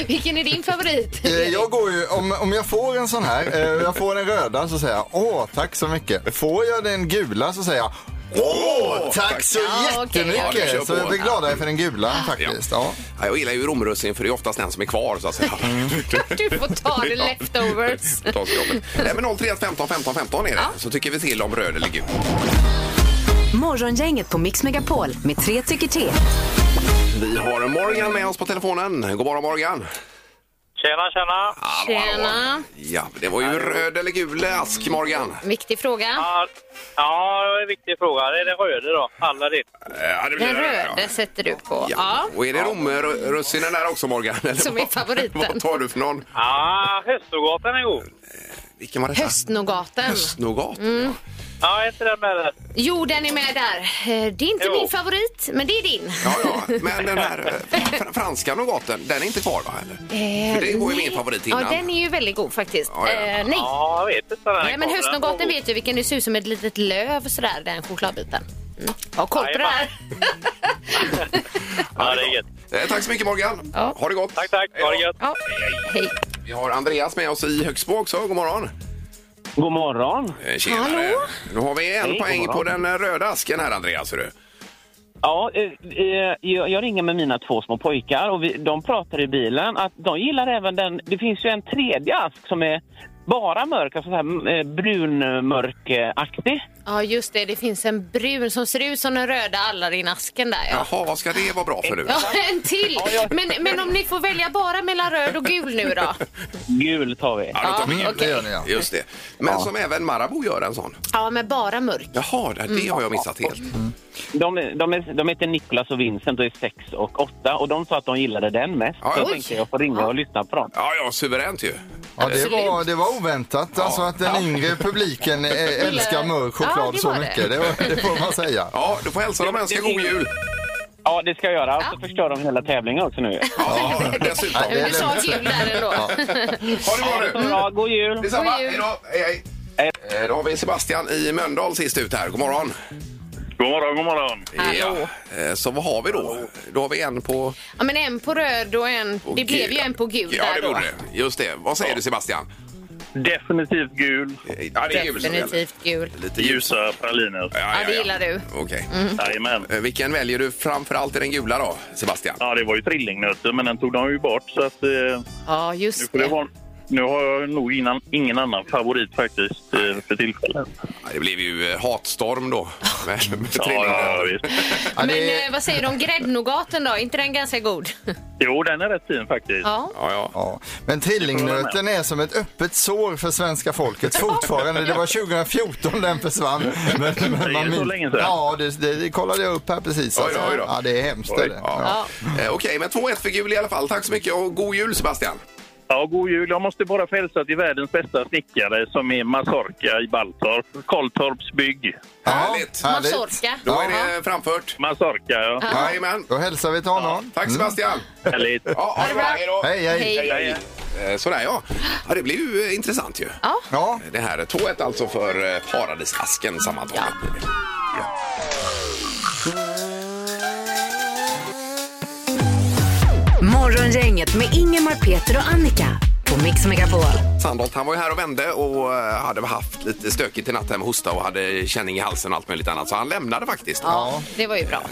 [SPEAKER 5] Vilken är din favorit?
[SPEAKER 6] Eh, Jag går ju, om, om jag får en sån här, eh, jag får den röda så säger jag åh tack så mycket. Får jag den gula så säger jag åh tack så
[SPEAKER 5] Ja, okej,
[SPEAKER 6] jättemycket.
[SPEAKER 4] ja, vi kör
[SPEAKER 6] så jag
[SPEAKER 4] på.
[SPEAKER 6] blir gladare för den gula faktiskt. Ja.
[SPEAKER 4] Ja, jag gillar ju romrussin för det är oftast den som är kvar så att säga.
[SPEAKER 5] Mm. Du får ta the leftovers.
[SPEAKER 4] Ta sig jobbet. Nej, men 031 15 15 15 är det. Så tycker vi till om röd eller gul.
[SPEAKER 3] Morgongänget på Mix Megapol med tre tycker till.
[SPEAKER 4] Vi har Morgan med oss på telefonen. God morgon Morgan.
[SPEAKER 7] Tjena, tjena!
[SPEAKER 4] Hallå, hallå.
[SPEAKER 5] Tjena.
[SPEAKER 4] Ja, det Eh, var ju röd eller gul ask Morgan.
[SPEAKER 5] Viktig fråga.
[SPEAKER 7] Ja, det är en viktig fråga. Det är det röda då. Alla det.
[SPEAKER 4] Ja, det blir
[SPEAKER 5] Den
[SPEAKER 4] röd, ja.
[SPEAKER 5] röda sätter du på.
[SPEAKER 4] Ja.
[SPEAKER 5] Ja.
[SPEAKER 4] Och är det romrussinen där också Morgan? Eller
[SPEAKER 5] Som är
[SPEAKER 4] vad-
[SPEAKER 5] favoriten.
[SPEAKER 4] Vad tar du för någon?
[SPEAKER 7] Ja, Höstogatan är god.
[SPEAKER 4] Vilken var detta?
[SPEAKER 5] Höstnogaten.
[SPEAKER 4] Höstnogat.
[SPEAKER 5] Mm.
[SPEAKER 7] Ja, är inte den med där?
[SPEAKER 5] Jo, den är med där. Eh, Det är inte
[SPEAKER 7] Jo.
[SPEAKER 5] min favorit, men det är din.
[SPEAKER 4] Ja, ja. Men den här eh, fr- franska nougaten, den är inte kvar va? Eller? För det var ju
[SPEAKER 5] nej.
[SPEAKER 4] min favorit
[SPEAKER 5] Eh, Ja,
[SPEAKER 4] innan.
[SPEAKER 5] den är ju väldigt god faktiskt.
[SPEAKER 4] Ja, ja.
[SPEAKER 5] Eh, nej.
[SPEAKER 7] Ja, jag vet inte.
[SPEAKER 5] Nej, men höstnogaten
[SPEAKER 4] Oh.
[SPEAKER 5] vet ju vilken det ser ut som ett litet löv sådär, den chokladbiten. Mm. Ja, koll på det här.
[SPEAKER 7] Ja, det är gött.
[SPEAKER 4] Eh, Tack så mycket Morgan.
[SPEAKER 5] Ja.
[SPEAKER 4] Ha det gott.
[SPEAKER 7] Tack, tack. Ha det gött.
[SPEAKER 5] Ja. Hej.
[SPEAKER 4] Vi har Andreas med oss i Högsbo också. God morgon.
[SPEAKER 7] God morgon.
[SPEAKER 4] Eh, Tjenare.
[SPEAKER 5] Hallå.
[SPEAKER 4] Nu har vi en
[SPEAKER 7] Hej, god
[SPEAKER 4] poäng
[SPEAKER 7] morgon.
[SPEAKER 4] på den eh, röda asken här Andreas. Är du?
[SPEAKER 7] Ja, eh, eh, jag, jag ringer med mina två små pojkar och vi, de pratar i bilen att de gillar även den. Det finns ju en tredje ask som är bara mörk, alltså så här eh, brunmörkaktig.
[SPEAKER 5] Ja, just det. Det finns en brun som ser ut som den röda Aladdin-asken där. Ja.
[SPEAKER 4] Jaha, vad ska det vara bra för nu?
[SPEAKER 5] Ja, en till! Men, men om ni får välja bara mellan röd och gul nu då?
[SPEAKER 7] Gul tar vi.
[SPEAKER 4] Ja, då tar vi
[SPEAKER 5] Ja,
[SPEAKER 4] gul.
[SPEAKER 5] okej.
[SPEAKER 6] Mm, Det gör ni ja.
[SPEAKER 4] Just det. Men som även Marabou gör en sån.
[SPEAKER 5] Ja, men bara mörk.
[SPEAKER 4] Jaha, det, det har jag missat helt.
[SPEAKER 7] De, de, är, de heter Niklas och Vincent och är sex och åtta och de sa att de gillade den mest.
[SPEAKER 4] Ja,
[SPEAKER 7] Så
[SPEAKER 4] ja.
[SPEAKER 7] jag tänkte jag får ringa och lyssna på dem.
[SPEAKER 4] Ja, ja, suveränt ju.
[SPEAKER 6] ja det, var, det var oväntat alltså att den yngre publiken eh, älskar mörk choklad
[SPEAKER 5] Ja, det
[SPEAKER 6] så
[SPEAKER 5] var det.
[SPEAKER 6] mycket. Det, var, det får man säga.
[SPEAKER 4] Ja, du får hälsa dem och önska god jul.
[SPEAKER 7] Ja, det ska jag göra. Och så förstör de hela tävlingen också nu.
[SPEAKER 4] Ja, dessutom.
[SPEAKER 6] Nej, det-
[SPEAKER 5] Du sa gul där ändå.
[SPEAKER 4] Ha det bra nu.
[SPEAKER 7] Ja, god jul!
[SPEAKER 4] Detsamma.
[SPEAKER 5] Mm. God jul.
[SPEAKER 4] Hej då. Hej, hej.
[SPEAKER 7] Hej.
[SPEAKER 4] Eh, Då har vi Sebastian i Mölndal sist ut här. God morgon.
[SPEAKER 7] God morgon, god morgon!
[SPEAKER 5] Hallå.
[SPEAKER 4] Ja. Eh, Så vad har vi då? Då har vi en på...
[SPEAKER 5] Ja, men en på röd och en...
[SPEAKER 4] på
[SPEAKER 5] Det blev
[SPEAKER 4] gul.
[SPEAKER 5] ju en på gul
[SPEAKER 4] Ja,
[SPEAKER 5] där
[SPEAKER 4] det
[SPEAKER 5] då.
[SPEAKER 4] gjorde det. Just det. Vad säger du Sebastian?
[SPEAKER 7] Definitivt gul.
[SPEAKER 4] Eh, Ja, det är gul som gäller.
[SPEAKER 5] Definitivt gul.
[SPEAKER 4] Lite ljus.
[SPEAKER 7] Ljusa praliner.
[SPEAKER 5] Ja, det gillar du.
[SPEAKER 4] Okej.
[SPEAKER 7] Mm. Jajamän.
[SPEAKER 4] Eh, Vilken väljer du framför allt i den gula då, Sebastian?
[SPEAKER 7] Ja, det var ju trillingnötter, men den tog de ju bort. Så att, eh,
[SPEAKER 5] Ja,
[SPEAKER 7] nu,
[SPEAKER 5] just
[SPEAKER 7] får det
[SPEAKER 5] det.
[SPEAKER 7] vara, nu har jag nog innan, ingen annan favorit faktiskt eh, för tillfället.
[SPEAKER 4] Ja, Det blev ju eh, hatstorm då. Med, med
[SPEAKER 7] Ja,
[SPEAKER 4] trillingar.
[SPEAKER 7] ja, ja, visst.
[SPEAKER 6] Ja,
[SPEAKER 5] Men
[SPEAKER 6] det,
[SPEAKER 5] eh, vad säger du om gräddnogaten då? Är inte den ganska god?
[SPEAKER 7] Jo, den är rätt fin faktiskt.
[SPEAKER 5] Ja.
[SPEAKER 4] ja, ja.
[SPEAKER 6] Ja. Men trillingnöten är som ett öppet sår för svenska folket fortfarande. Det var 2014 den försvann. Men, men
[SPEAKER 7] så
[SPEAKER 6] min-
[SPEAKER 7] länge sedan.
[SPEAKER 6] Ja, det, det, det kollade jag upp här precis.
[SPEAKER 4] Oj då, oj då.
[SPEAKER 6] Ja, det är hemskt. Är det. Ja.
[SPEAKER 5] Ja.
[SPEAKER 4] Eh, Okej, men 2-1 för gul i alla fall. Tack så mycket och god jul Sebastian.
[SPEAKER 7] Ja, god jul. Jag måste bara få hälsa till världens bästa snickare som är Mazorka i Baltorp. Karltorps bygg.
[SPEAKER 6] Ja,
[SPEAKER 4] Härligt.
[SPEAKER 6] härligt.
[SPEAKER 5] Mazorka.
[SPEAKER 4] Då är det framfört.
[SPEAKER 7] Mazorka, ja.
[SPEAKER 4] Jajamän.
[SPEAKER 6] Då hälsar vi till honom.
[SPEAKER 4] Tack Sebastian.
[SPEAKER 7] Härligt.
[SPEAKER 4] Ja, ha det bra. Hej då.
[SPEAKER 6] Hej, hej.
[SPEAKER 5] Hej.
[SPEAKER 4] Hej, hej. Eh, Sådär ja. ja. Det blir ju eh, intressant ju.
[SPEAKER 6] Ja,
[SPEAKER 4] Det här är 2-1 alltså för eh, paradisasken sammantaget.
[SPEAKER 3] Morgongänget med Ingemar, Peter och Annika på Mix Megapol.
[SPEAKER 4] Sandholt han var ju här och vände och eh, hade haft lite stökigt i natten med hosta och hade känning i halsen och allt möjligt annat. Så han lämnade faktiskt.
[SPEAKER 5] Ja, det var ju bra.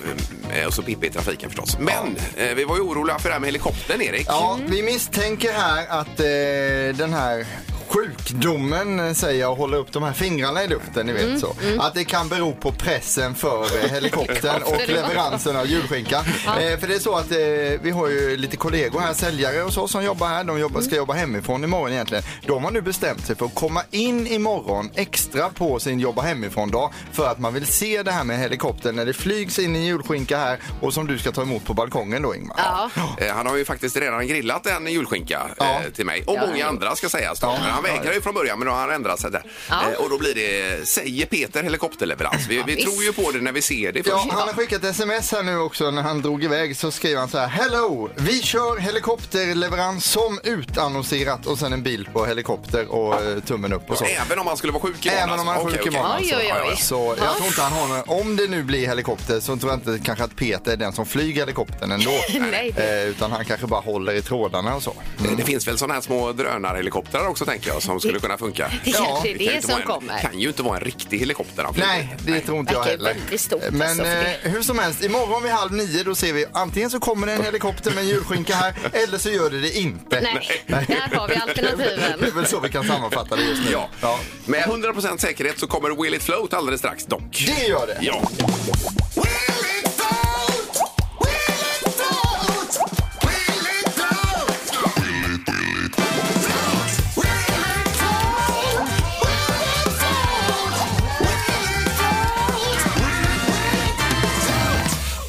[SPEAKER 4] Eh, Och så Pippi i trafiken förstås. Men eh, vi var ju oroliga för det här med helikoptern Erik.
[SPEAKER 6] ja, vi misstänker här att eh, den här sjukdomen, eh, säger jag och håller upp de här fingrarna i luften, ni vet så. Att det kan bero på pressen för eh, helikoptern och leveransen av julskinkan. Eh, för det är så att eh, vi har ju lite kollegor här, säljare och så, som jobbar här. De jobbar, ska jobba hemifrån imorgon egentligen. De har nu bestämt sig för att komma in imorgon extra på sin jobba hemifrån-dag för att man vill se det här med helikoptern när det flygs in en julskinka här och som du ska ta emot på balkongen då Ingmar.
[SPEAKER 5] Ja.
[SPEAKER 4] Eh, Han har ju faktiskt redan grillat en julskinka
[SPEAKER 6] Ja.
[SPEAKER 4] eh, till mig och många andra ska sägas. då. Men han han vägrade ju från början men nu har han ändrat sig där.
[SPEAKER 5] Ja.
[SPEAKER 4] Eh, Och då blir det, säger Peter, helikopterleverans. Vi, vi
[SPEAKER 5] visst.
[SPEAKER 4] tror ju på det när vi ser det
[SPEAKER 6] Ja,
[SPEAKER 4] först.
[SPEAKER 6] han har skickat sms här nu också när han drog iväg så skrev han så här Hello! Vi kör helikopterleverans som utannonserat och sen en bild på helikopter och eh, tummen upp och så.
[SPEAKER 4] Och Även om han skulle vara sjuk i
[SPEAKER 6] Även om han är
[SPEAKER 4] Okej,
[SPEAKER 6] sjuk i
[SPEAKER 4] okej.
[SPEAKER 6] morgon.
[SPEAKER 5] Oj, oj, oj.
[SPEAKER 6] Så
[SPEAKER 5] Ja.
[SPEAKER 6] jag tror inte han har någon, om det nu blir helikopter så tror jag inte kanske att Peter är den som flyger helikoptern ändå.
[SPEAKER 5] Nej. Mm.
[SPEAKER 6] Eh, utan han kanske bara håller i trådarna och så.
[SPEAKER 4] Eh, Det finns väl sådana här små drönarhelikoptrar också tänker jag som skulle kunna funka.
[SPEAKER 5] Det kanske
[SPEAKER 4] kan
[SPEAKER 5] är
[SPEAKER 4] ju
[SPEAKER 5] det
[SPEAKER 4] inte
[SPEAKER 5] som
[SPEAKER 4] vara en,
[SPEAKER 5] kommer.
[SPEAKER 4] kan ju inte vara en riktig helikopter han flyger.
[SPEAKER 6] Nej, det tror inte jag
[SPEAKER 5] Verkar
[SPEAKER 6] heller.
[SPEAKER 5] väldigt stort
[SPEAKER 6] Men
[SPEAKER 5] alltså för
[SPEAKER 6] eh, hur som helst, imorgon vid halv nio då ser vi antingen så kommer det en helikopter med en julskinka här eller så gör det det inte.
[SPEAKER 5] Nej, där har vi alternativen.
[SPEAKER 6] Det är väl så vi kan sammanfatta det just nu.
[SPEAKER 4] Ja. Med 100% säkerhet så kommer Will It Float alldeles strax dock.
[SPEAKER 6] Det gör det.
[SPEAKER 4] Ja.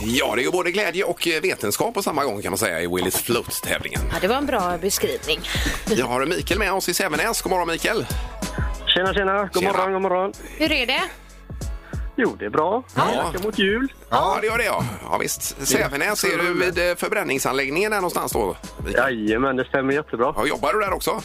[SPEAKER 4] Ja, det är ju både glädje och eh, vetenskap på samma gång kan man säga i Will It Float-tävlingen.
[SPEAKER 5] Ja, det var en bra beskrivning.
[SPEAKER 4] Vi har Mikael med oss i Sävenäs. God morgon Mikael!
[SPEAKER 7] Tjena, tjena. God
[SPEAKER 4] Tjena.
[SPEAKER 7] morgon, god morgon.
[SPEAKER 5] Hur är det?
[SPEAKER 7] Jo, det är bra.
[SPEAKER 4] Ja.
[SPEAKER 7] Tackar mot jul.
[SPEAKER 4] Ja, det gör det ja. ja visst. Sävenäs, är du vid eh, förbränningsanläggningen där någonstans då? Mikael?
[SPEAKER 7] Jajamän, det stämmer jättebra.
[SPEAKER 4] Ja, jobbar du där också?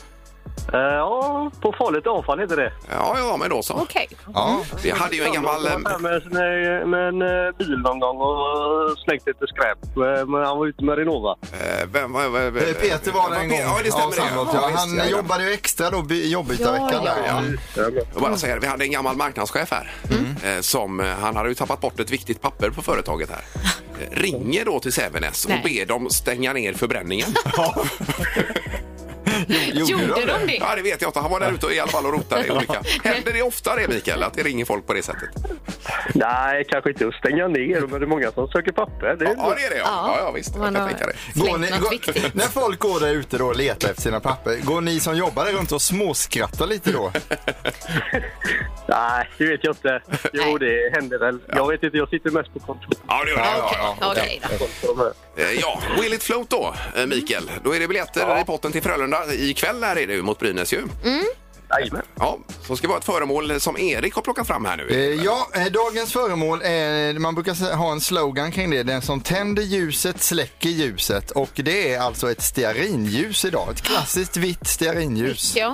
[SPEAKER 7] Eh, Ja, på farligt avfall heter det.
[SPEAKER 4] Ja, ja, men då så.
[SPEAKER 5] Okej.
[SPEAKER 6] Ja.
[SPEAKER 4] Vi hade ju en gammal...
[SPEAKER 7] Jag
[SPEAKER 4] eh,
[SPEAKER 7] var här med, med, med en eh, bil någon gång och slängt lite skräp. Eh, Men han var ute med Renova.
[SPEAKER 4] eh, Vem, vad- vad- vad-
[SPEAKER 6] Eh, Peter var där en gång.
[SPEAKER 4] Ja, det stämmer. det.
[SPEAKER 6] samråd,
[SPEAKER 4] Ja,
[SPEAKER 6] ja.
[SPEAKER 4] visst,
[SPEAKER 6] Han
[SPEAKER 4] ja, ja.
[SPEAKER 6] jobbade ju extra då, by- jobbytarveckan.
[SPEAKER 5] Ja,
[SPEAKER 6] där, Mm.
[SPEAKER 4] ja.
[SPEAKER 7] Ja,
[SPEAKER 4] Jag bara säger, vi hade en gammal marknadschef här. Eh, Som, eh, han hade ju tappat bort ett viktigt papper på företaget här. Eh, Ringer då till Sävenäs och
[SPEAKER 5] Nej.
[SPEAKER 4] ber dem stänga ner förbränningen.
[SPEAKER 6] Jo,
[SPEAKER 5] Gjorde de det?
[SPEAKER 4] Ja, det vet jag inte. Han var där ute i alla fall och rotade i olika. Händer det ofta det, Mikael, att det ringer folk på det sättet?
[SPEAKER 7] Nej, kanske inte att stänga ner, men det är många som söker papper. Det är
[SPEAKER 4] Ja, det är det. Ja, ja, ja visst. Jag
[SPEAKER 5] man
[SPEAKER 4] kan
[SPEAKER 5] har
[SPEAKER 4] tänka det.
[SPEAKER 6] Går
[SPEAKER 5] slängt
[SPEAKER 6] ni,
[SPEAKER 5] något
[SPEAKER 6] går,
[SPEAKER 5] viktigt.
[SPEAKER 6] när folk går där ute då och letar efter sina papper, går ni som jobbar där runt och småskrattar lite då?
[SPEAKER 7] Nej, det vet jag inte.
[SPEAKER 5] Nej.
[SPEAKER 7] Jo, det händer väl. Jag vet inte, jag sitter mest på kontoret.
[SPEAKER 4] Ja, det gör det. Ja,
[SPEAKER 5] Okej,
[SPEAKER 4] ja, ja.
[SPEAKER 5] okej då.
[SPEAKER 4] Eh, Ja, Will it float då, eh, Mikael? Då är det biljetter i potten till Frölunda. Ikväll här är det ju mot Brynäs ju.
[SPEAKER 7] Jajamän.
[SPEAKER 4] Ja, som ska vara ett föremål som Erik har plockat fram här nu.
[SPEAKER 6] Eh, ja, eh, dagens föremål är, man brukar sä- ha en slogan kring det, den som tänder ljuset släcker ljuset och det är alltså ett stearinljus idag, ett klassiskt vitt stearinljus.
[SPEAKER 5] Ja.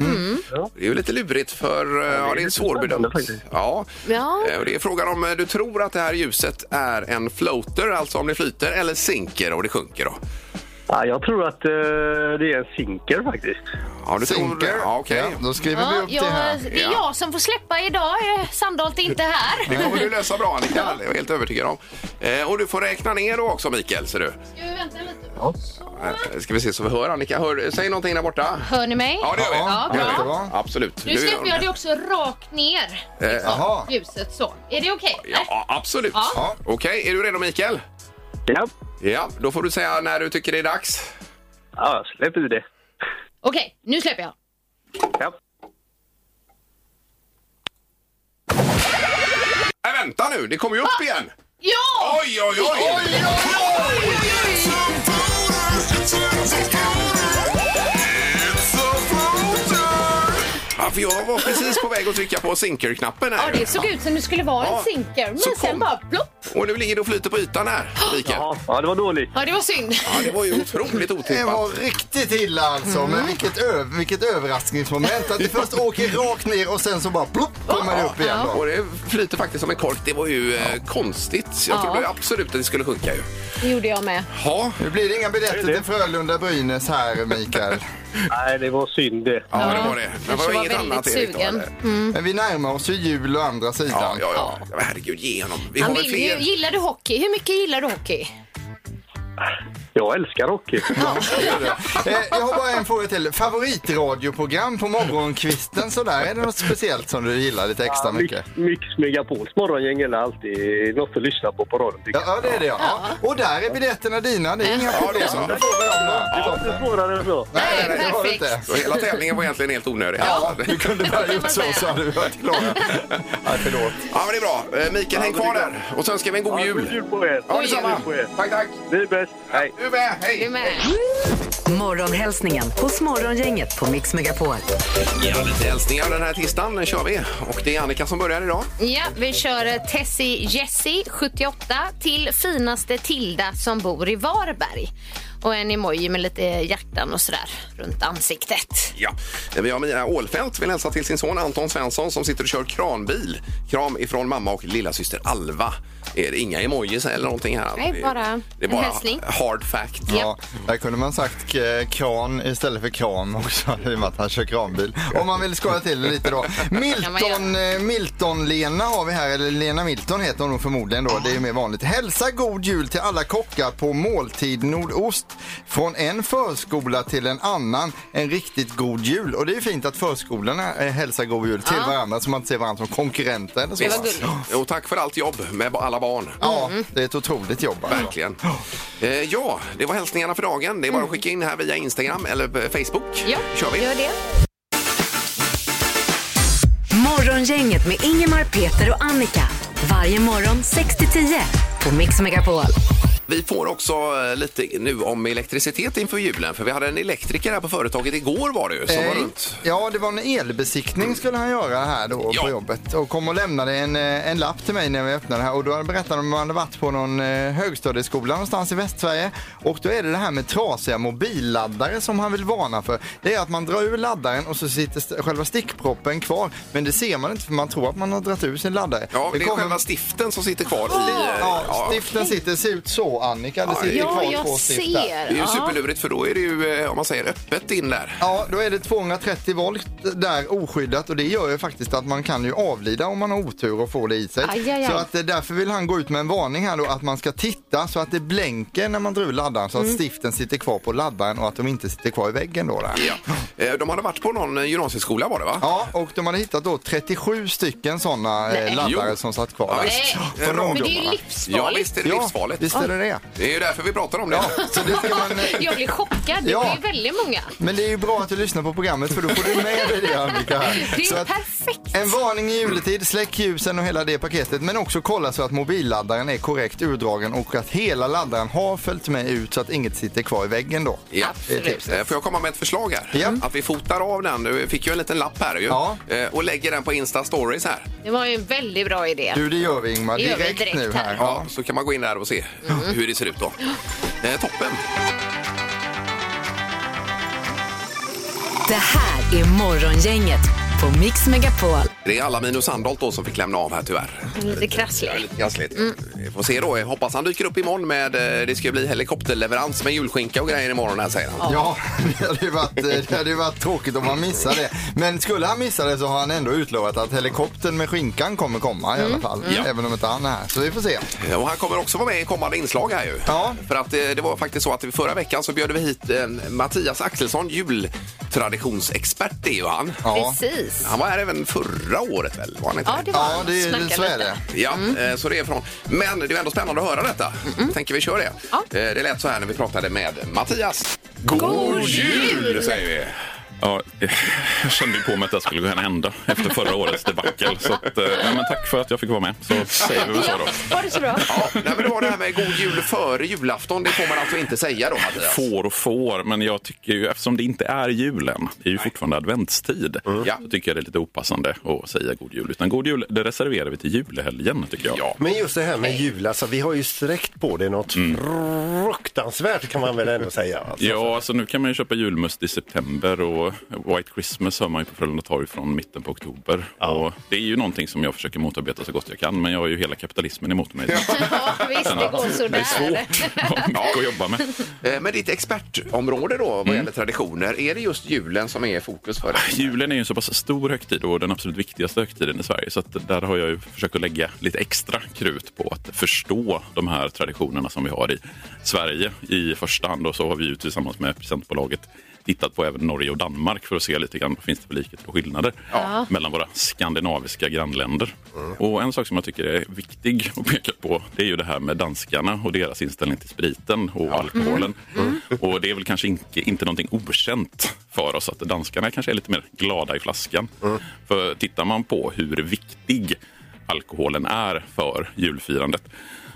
[SPEAKER 4] Mm. Ja, det är ju lite lurigt för eh, ja, det är svårbedömt. Ja.
[SPEAKER 5] Ja.
[SPEAKER 4] Eh, och Det är frågan om eh, du tror att det här ljuset är en floater, alltså om det flyter, eller sinker och det sjunker då?
[SPEAKER 7] Ja, jag tror att eh, det är en sinker faktiskt.
[SPEAKER 4] Ja, du
[SPEAKER 6] Sinker.
[SPEAKER 4] Tror, ja, okej.
[SPEAKER 6] Ja, då skriver vi
[SPEAKER 5] Ja,
[SPEAKER 6] upp det
[SPEAKER 5] jag,
[SPEAKER 6] här.
[SPEAKER 5] det är jag som får släppa idag. Eh, Sandholt är inte här.
[SPEAKER 4] Det kommer du lösa bra, Annika. Det är jag helt övertygad om. Eh, och du får räkna ner då också, Mikael. Ser du. Eh, Ska vi se så vi hör Annika. Hör, säg någonting där borta.
[SPEAKER 5] Hör ni mig?
[SPEAKER 4] Ja, det gör vi.
[SPEAKER 5] Ja, bra.
[SPEAKER 6] jättebra.
[SPEAKER 4] Absolut.
[SPEAKER 5] Nu släpper jag det också rakt ner,
[SPEAKER 6] Jaha.
[SPEAKER 5] ljuset så. Är det okej?
[SPEAKER 4] Eh, Ja, absolut.
[SPEAKER 5] Ja.
[SPEAKER 4] Okej, är du redo Mikael?
[SPEAKER 7] Ja,
[SPEAKER 4] Ja, då får du säga när du tycker det är dags.
[SPEAKER 7] ja släpp i det.
[SPEAKER 5] Okej, nu släpper jag.
[SPEAKER 7] Ja.
[SPEAKER 4] Nej, Äh, vänta nu, det kommer ju upp igen!
[SPEAKER 5] Ja!
[SPEAKER 4] Oj, oj, oj! Ja, för jag var precis på väg att trycka på sinker-knappen här.
[SPEAKER 5] Ja, det såg ut som det skulle vara
[SPEAKER 4] Ja.
[SPEAKER 5] en sinker, men
[SPEAKER 4] Så kom-
[SPEAKER 5] sen bara plopp.
[SPEAKER 4] Och nu ligger det och flyter på ytan här, Mikael. Ja,
[SPEAKER 7] Ja, ja, det var dåligt.
[SPEAKER 5] Ja, det var synd.
[SPEAKER 4] det var ju otroligt
[SPEAKER 6] Det var
[SPEAKER 4] otippat.
[SPEAKER 6] riktigt illa alltså, men vilket, ö- vilket överraskningsmoment att det först åker rakt ner och sen så bara plopp kommer det upp igen. Då.
[SPEAKER 4] Och det flyter faktiskt som en kork. Det var ju eh, konstigt. Jag
[SPEAKER 5] Ja.
[SPEAKER 4] trodde absolut att det skulle sjunka ju.
[SPEAKER 5] Det gjorde jag med.
[SPEAKER 4] Ja,
[SPEAKER 6] Nu blir det inga biljetter till Frölunda-Brynäs här, Mikael.
[SPEAKER 7] Nej, det var synd det.
[SPEAKER 4] ja, det var det. Men det
[SPEAKER 5] Kanske
[SPEAKER 4] var
[SPEAKER 5] var
[SPEAKER 4] inget
[SPEAKER 5] väldigt
[SPEAKER 4] annat Erik då,
[SPEAKER 5] sugen.
[SPEAKER 4] eller?
[SPEAKER 6] Men vi närmar oss ju jul å andra sidan.
[SPEAKER 4] Ja, ja, ja. ja. men Herregud, ge honom. Vi har
[SPEAKER 5] Han
[SPEAKER 4] väl
[SPEAKER 5] vill ju,
[SPEAKER 4] fler.
[SPEAKER 5] gillar du hockey? Hur mycket gillar du hockey?
[SPEAKER 7] Jag älskar hockey.
[SPEAKER 6] Eh, jag har bara en fråga till. Favoritradioprogram på morgonkvisten sådär, är det något speciellt som du gillar lite extra mycket?
[SPEAKER 7] Mix, Mix Megapols morgongäng är alltid något att lyssna på på radion. tycker
[SPEAKER 6] Ja,
[SPEAKER 7] jag.
[SPEAKER 6] ja, det är det ja. ja. Och där är biljetterna dina, det är inga
[SPEAKER 4] Ja, det är
[SPEAKER 6] problem.
[SPEAKER 4] så.
[SPEAKER 6] Då får vi dem där.
[SPEAKER 7] Det var inte svårare än så.
[SPEAKER 6] Nej, nej, det var det
[SPEAKER 5] Perfekt.
[SPEAKER 6] inte.
[SPEAKER 4] Så hela tävlingen var egentligen helt onödig.
[SPEAKER 6] Ja,
[SPEAKER 4] Ja.
[SPEAKER 6] du kunde bara gjort så så hade vi varit klara. Nej, förlåt.
[SPEAKER 4] men det är bra. Eh, Mikael, häng kvar där. Och så önskar vi en god
[SPEAKER 7] Ja, god
[SPEAKER 4] jul.
[SPEAKER 7] jul på er!
[SPEAKER 4] Ja,
[SPEAKER 7] God jul på er!
[SPEAKER 4] Tack, tack.
[SPEAKER 7] Ni är bäst! Hej!
[SPEAKER 4] Du med.
[SPEAKER 5] Du
[SPEAKER 4] Hej.
[SPEAKER 5] med.
[SPEAKER 3] Morgonhälsningen hos Morgongänget på Mix Megapol.
[SPEAKER 4] Ja, lite hälsningar den här tisdagen den kör vi. Och det är Annika som börjar idag.
[SPEAKER 5] Ja, vi kör eh, Tessie Jessie, 78, till finaste Tilda som bor i Varberg. Och en emoji med lite hjärtan och sådär runt ansiktet.
[SPEAKER 4] Ja. Eh, Vi har Mia Ålfält vill hälsa till sin son Anton Svensson som sitter och kör kranbil. Kram ifrån mamma och lillasyster Alva. Är det inga emojis eller någonting här?
[SPEAKER 5] Nej,
[SPEAKER 4] Det-
[SPEAKER 5] bara
[SPEAKER 4] det är
[SPEAKER 5] en
[SPEAKER 4] bara
[SPEAKER 5] hälsning.
[SPEAKER 4] hard fact.
[SPEAKER 5] Ja.
[SPEAKER 6] Ja, där kunde man sagt eh, kran istället för kram också i och med att han kör kranbil. Om man vill skoja till det lite då. Milton, eh, Milton-Lena har vi här, eller Lena Milton heter hon nog förmodligen då, det är ju mer vanligt. Hälsa god jul till alla kockar på Måltid Nordost. Från en förskola till en annan, en riktigt god jul. Och det är ju fint att förskolorna eh, hälsar god jul till varandra så man inte ser varandra som konkurrenter eller så.
[SPEAKER 5] Det var gulligt.
[SPEAKER 4] Och tack för allt jobb med alla barn.
[SPEAKER 6] Ja,
[SPEAKER 5] Mm.
[SPEAKER 6] det är ett otroligt jobb. alltså.
[SPEAKER 4] Verkligen. Eh, ja, det var hälsningarna för dagen. Det är bara
[SPEAKER 6] Mm.
[SPEAKER 4] att skicka in här via Instagram eller på Facebook.
[SPEAKER 5] Ja,
[SPEAKER 4] kör vi.
[SPEAKER 5] gör det.
[SPEAKER 3] Morgongänget med Ingemar, Peter och Annika. Varje morgon 6 till 10 på Mix Megapol.
[SPEAKER 4] Vi får också eh, lite nu om elektricitet inför julen. För vi hade en elektriker här på företaget igår var det ju. Som var
[SPEAKER 6] Eh,
[SPEAKER 4] runt.
[SPEAKER 6] Ja, det var en elbesiktning skulle han göra här då
[SPEAKER 4] Ja.
[SPEAKER 6] på jobbet. Och kom och lämnade en, eh, en lapp till mig när vi öppnade här. Och då berättade de att man hade varit på någon eh, högstadieskola någonstans i Västsverige. Och då är det det här med trasiga mobilladdare som han vill varna för. Det är att man drar ur laddaren och så sitter st- själva stickproppen kvar. Men det ser man inte för man tror att man har dragit ur sin laddare.
[SPEAKER 4] Ja, det är själva stiften som sitter kvar i... eh,
[SPEAKER 6] Ja, stiften sitter, ser ut så Annika. Det sitter
[SPEAKER 5] Ja,
[SPEAKER 6] kvar två
[SPEAKER 5] jag
[SPEAKER 6] stift där.
[SPEAKER 5] ser.
[SPEAKER 4] Det är ju
[SPEAKER 5] Ja.
[SPEAKER 4] superlurigt för då är det ju, eh, om man säger öppet in där.
[SPEAKER 6] Ja, då är det 230 volt där oskyddat och det gör ju faktiskt att man kan ju avlida om man har otur och får det i sig.
[SPEAKER 5] Aj, aj, aj.
[SPEAKER 6] Så att eh, därför vill han gå ut med en varning här då att man ska titta så att det blänker när man drar ur laddaren så att
[SPEAKER 5] Mm.
[SPEAKER 6] stiften sitter kvar på laddaren och att de inte sitter kvar i väggen då. Där.
[SPEAKER 4] Ja. Eh, De hade varit på någon eh, gymnasieskola var det va?
[SPEAKER 6] Ja, och de hade hittat då 37 stycken sådana
[SPEAKER 5] Nej.
[SPEAKER 6] eh, laddare
[SPEAKER 4] Jo.
[SPEAKER 6] som satt kvar.
[SPEAKER 4] Ja,
[SPEAKER 6] där.
[SPEAKER 4] visst.
[SPEAKER 5] Nej.
[SPEAKER 6] Från
[SPEAKER 4] Men
[SPEAKER 5] Men det är ju
[SPEAKER 6] ungdomarna.
[SPEAKER 4] Ja,
[SPEAKER 5] livsfarligt.
[SPEAKER 4] visst är det
[SPEAKER 6] Ja,
[SPEAKER 4] livsfarligt.
[SPEAKER 6] visst är det det.
[SPEAKER 4] Det är ju därför vi pratar om det.
[SPEAKER 6] Så det ska man, eh,
[SPEAKER 5] Jag blir chockad. Det
[SPEAKER 6] Ja.
[SPEAKER 5] är ju väldigt många.
[SPEAKER 6] men det är ju bra att du lyssnar på programmet för då får du med dig det Annika. här.
[SPEAKER 5] Det är
[SPEAKER 6] Så
[SPEAKER 5] ju
[SPEAKER 6] att-
[SPEAKER 5] perfekt.
[SPEAKER 6] En varning i juletid, släck ljusen och hela det paketet men också kolla så att mobilladdaren är korrekt urdragen och att hela laddaren har följt med ut så att inget sitter kvar i väggen då.
[SPEAKER 4] Ja.
[SPEAKER 6] Det är tipset.
[SPEAKER 4] Eh, Får jag komma med ett förslag här?
[SPEAKER 6] Ja.
[SPEAKER 4] Att vi fotar av den. Du fick ju en liten lapp här ju.
[SPEAKER 6] Ja.
[SPEAKER 4] Eh, Och lägger den på Insta Stories här.
[SPEAKER 5] Det var ju en väldigt bra idé.
[SPEAKER 6] Du, det gör vi Ingmar,
[SPEAKER 5] Det gör vi
[SPEAKER 6] direkt,
[SPEAKER 5] direkt
[SPEAKER 6] nu här.
[SPEAKER 5] här.
[SPEAKER 4] Ja, så kan man gå in där och se hur det ser ut då. Eh, toppen!
[SPEAKER 3] Det här är Morgongänget på Mix Megapol.
[SPEAKER 4] Det är alla minus Sandholt då som fick lämna av här tyvärr.
[SPEAKER 5] Lite
[SPEAKER 4] Det är
[SPEAKER 5] krasslig.
[SPEAKER 4] lite krassligt. Vi får se då. Jag hoppas han dyker upp imorgon med... eh, Det ska bli helikopterleverans med julskinka och grejer imorgon här säger han.
[SPEAKER 6] Ja, det hade, ju varit, eh, det hade ju varit tråkigt om han missade det. Men skulle han missa det så har han ändå utlovat att helikoptern med skinkan kommer komma i
[SPEAKER 5] Mm.
[SPEAKER 6] alla fall.
[SPEAKER 4] Ja.
[SPEAKER 6] Även om inte han är här. Så vi får se.
[SPEAKER 4] Eh, Och han kommer också vara med i kommande inslag här ju.
[SPEAKER 6] Ja.
[SPEAKER 4] För att eh, det var faktiskt så att förra veckan så bjöd vi hit eh, Mattias Axelsson, jultraditionsexpert det är ju han.
[SPEAKER 6] Ja,
[SPEAKER 5] Precis.
[SPEAKER 4] Han var här även förra året väl? Var han inte
[SPEAKER 5] Ja, det var
[SPEAKER 6] ja det, är-
[SPEAKER 5] Snacka
[SPEAKER 6] så är
[SPEAKER 5] lite.
[SPEAKER 6] det.
[SPEAKER 4] Ja,
[SPEAKER 11] Mm.
[SPEAKER 4] eh, så det är från. Men det är ändå spännande att höra detta. Tänker vi kör det.
[SPEAKER 5] Ja.
[SPEAKER 4] Eh, Det lät så här när vi pratade med Mattias. God jul säger vi.
[SPEAKER 11] Ja, jag kände ju på mig att det här skulle kunna hända efter förra årets debacle. Så att, eh, ja, men tack för att jag fick vara med. Så säger vi väl så då.
[SPEAKER 5] Var det så bra?
[SPEAKER 4] Ja, nej, men det var det här med god jul före julafton. Det får man alltså inte säga då Mattias.
[SPEAKER 11] Får och får, men jag tycker ju eftersom det inte är julen, det är ju fortfarande adventstid,
[SPEAKER 4] Ja.
[SPEAKER 11] så tycker jag det är lite opassande att säga god jul. Utan god jul, det reserverar vi till julhelgen tycker jag.
[SPEAKER 4] Ja.
[SPEAKER 12] Men just det här med jul, alltså vi har ju sträckt på det något fruktansvärt kan man väl ändå säga. Alltså.
[SPEAKER 11] Ja, alltså nu kan man ju köpa julmust i september och White Christmas hör man ju på Frölunda torg från mitten på oktober. Och det är ju någonting som jag försöker motarbeta så gott jag kan, men jag har ju hela kapitalismen emot mig.
[SPEAKER 5] Ja, visst, det går
[SPEAKER 11] Det
[SPEAKER 5] sådär.
[SPEAKER 11] är svårt. Ja, mycket att jobba med.
[SPEAKER 4] Eh, Men ditt expertområde då vad
[SPEAKER 11] Mm.
[SPEAKER 4] gäller traditioner, är det just julen som är i fokus för dig?
[SPEAKER 11] Julen är ju en så pass stor högtid och den absolut viktigaste högtiden i Sverige. Så att där har jag ju försökt att lägga lite extra krut på att förstå de här traditionerna som vi har i Sverige i första hand. Och så har vi ju tillsammans med presentbolaget tittat på även Norge och Danmark för att se lite grann vad finns det för likheter och skillnader mellan våra skandinaviska grannländer. Och en sak som jag tycker är viktig att peka på det är ju det här med danskarna och deras inställning till spriten och alkoholen. Och det är väl kanske inte, inte någonting okänt för oss att danskarna kanske är lite mer glada i flaskan. Eh, För tittar man på hur viktig alkoholen är för julfirandet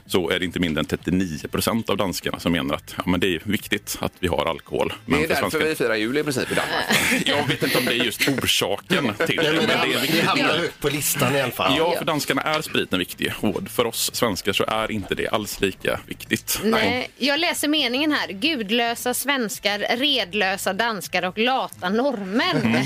[SPEAKER 11] så är det inte mindre än 39 procent av danskarna som menar att ja, men det är viktigt att vi har alkohol. Men
[SPEAKER 4] Det är
[SPEAKER 11] för
[SPEAKER 4] därför
[SPEAKER 11] svenskar-
[SPEAKER 4] vi firar jul i princip i Danmark.
[SPEAKER 11] Jag vet inte om det är just orsaken till det, men det är
[SPEAKER 12] Det
[SPEAKER 11] viktigt.
[SPEAKER 12] hamnar högt på listan i alla fall.
[SPEAKER 11] Ja, för danskarna är spriten viktig. Och för oss svenskar så är inte det alls lika viktigt.
[SPEAKER 5] Nej, jag läser meningen här. Gudlösa svenskar, redlösa danskar och lata norrmän.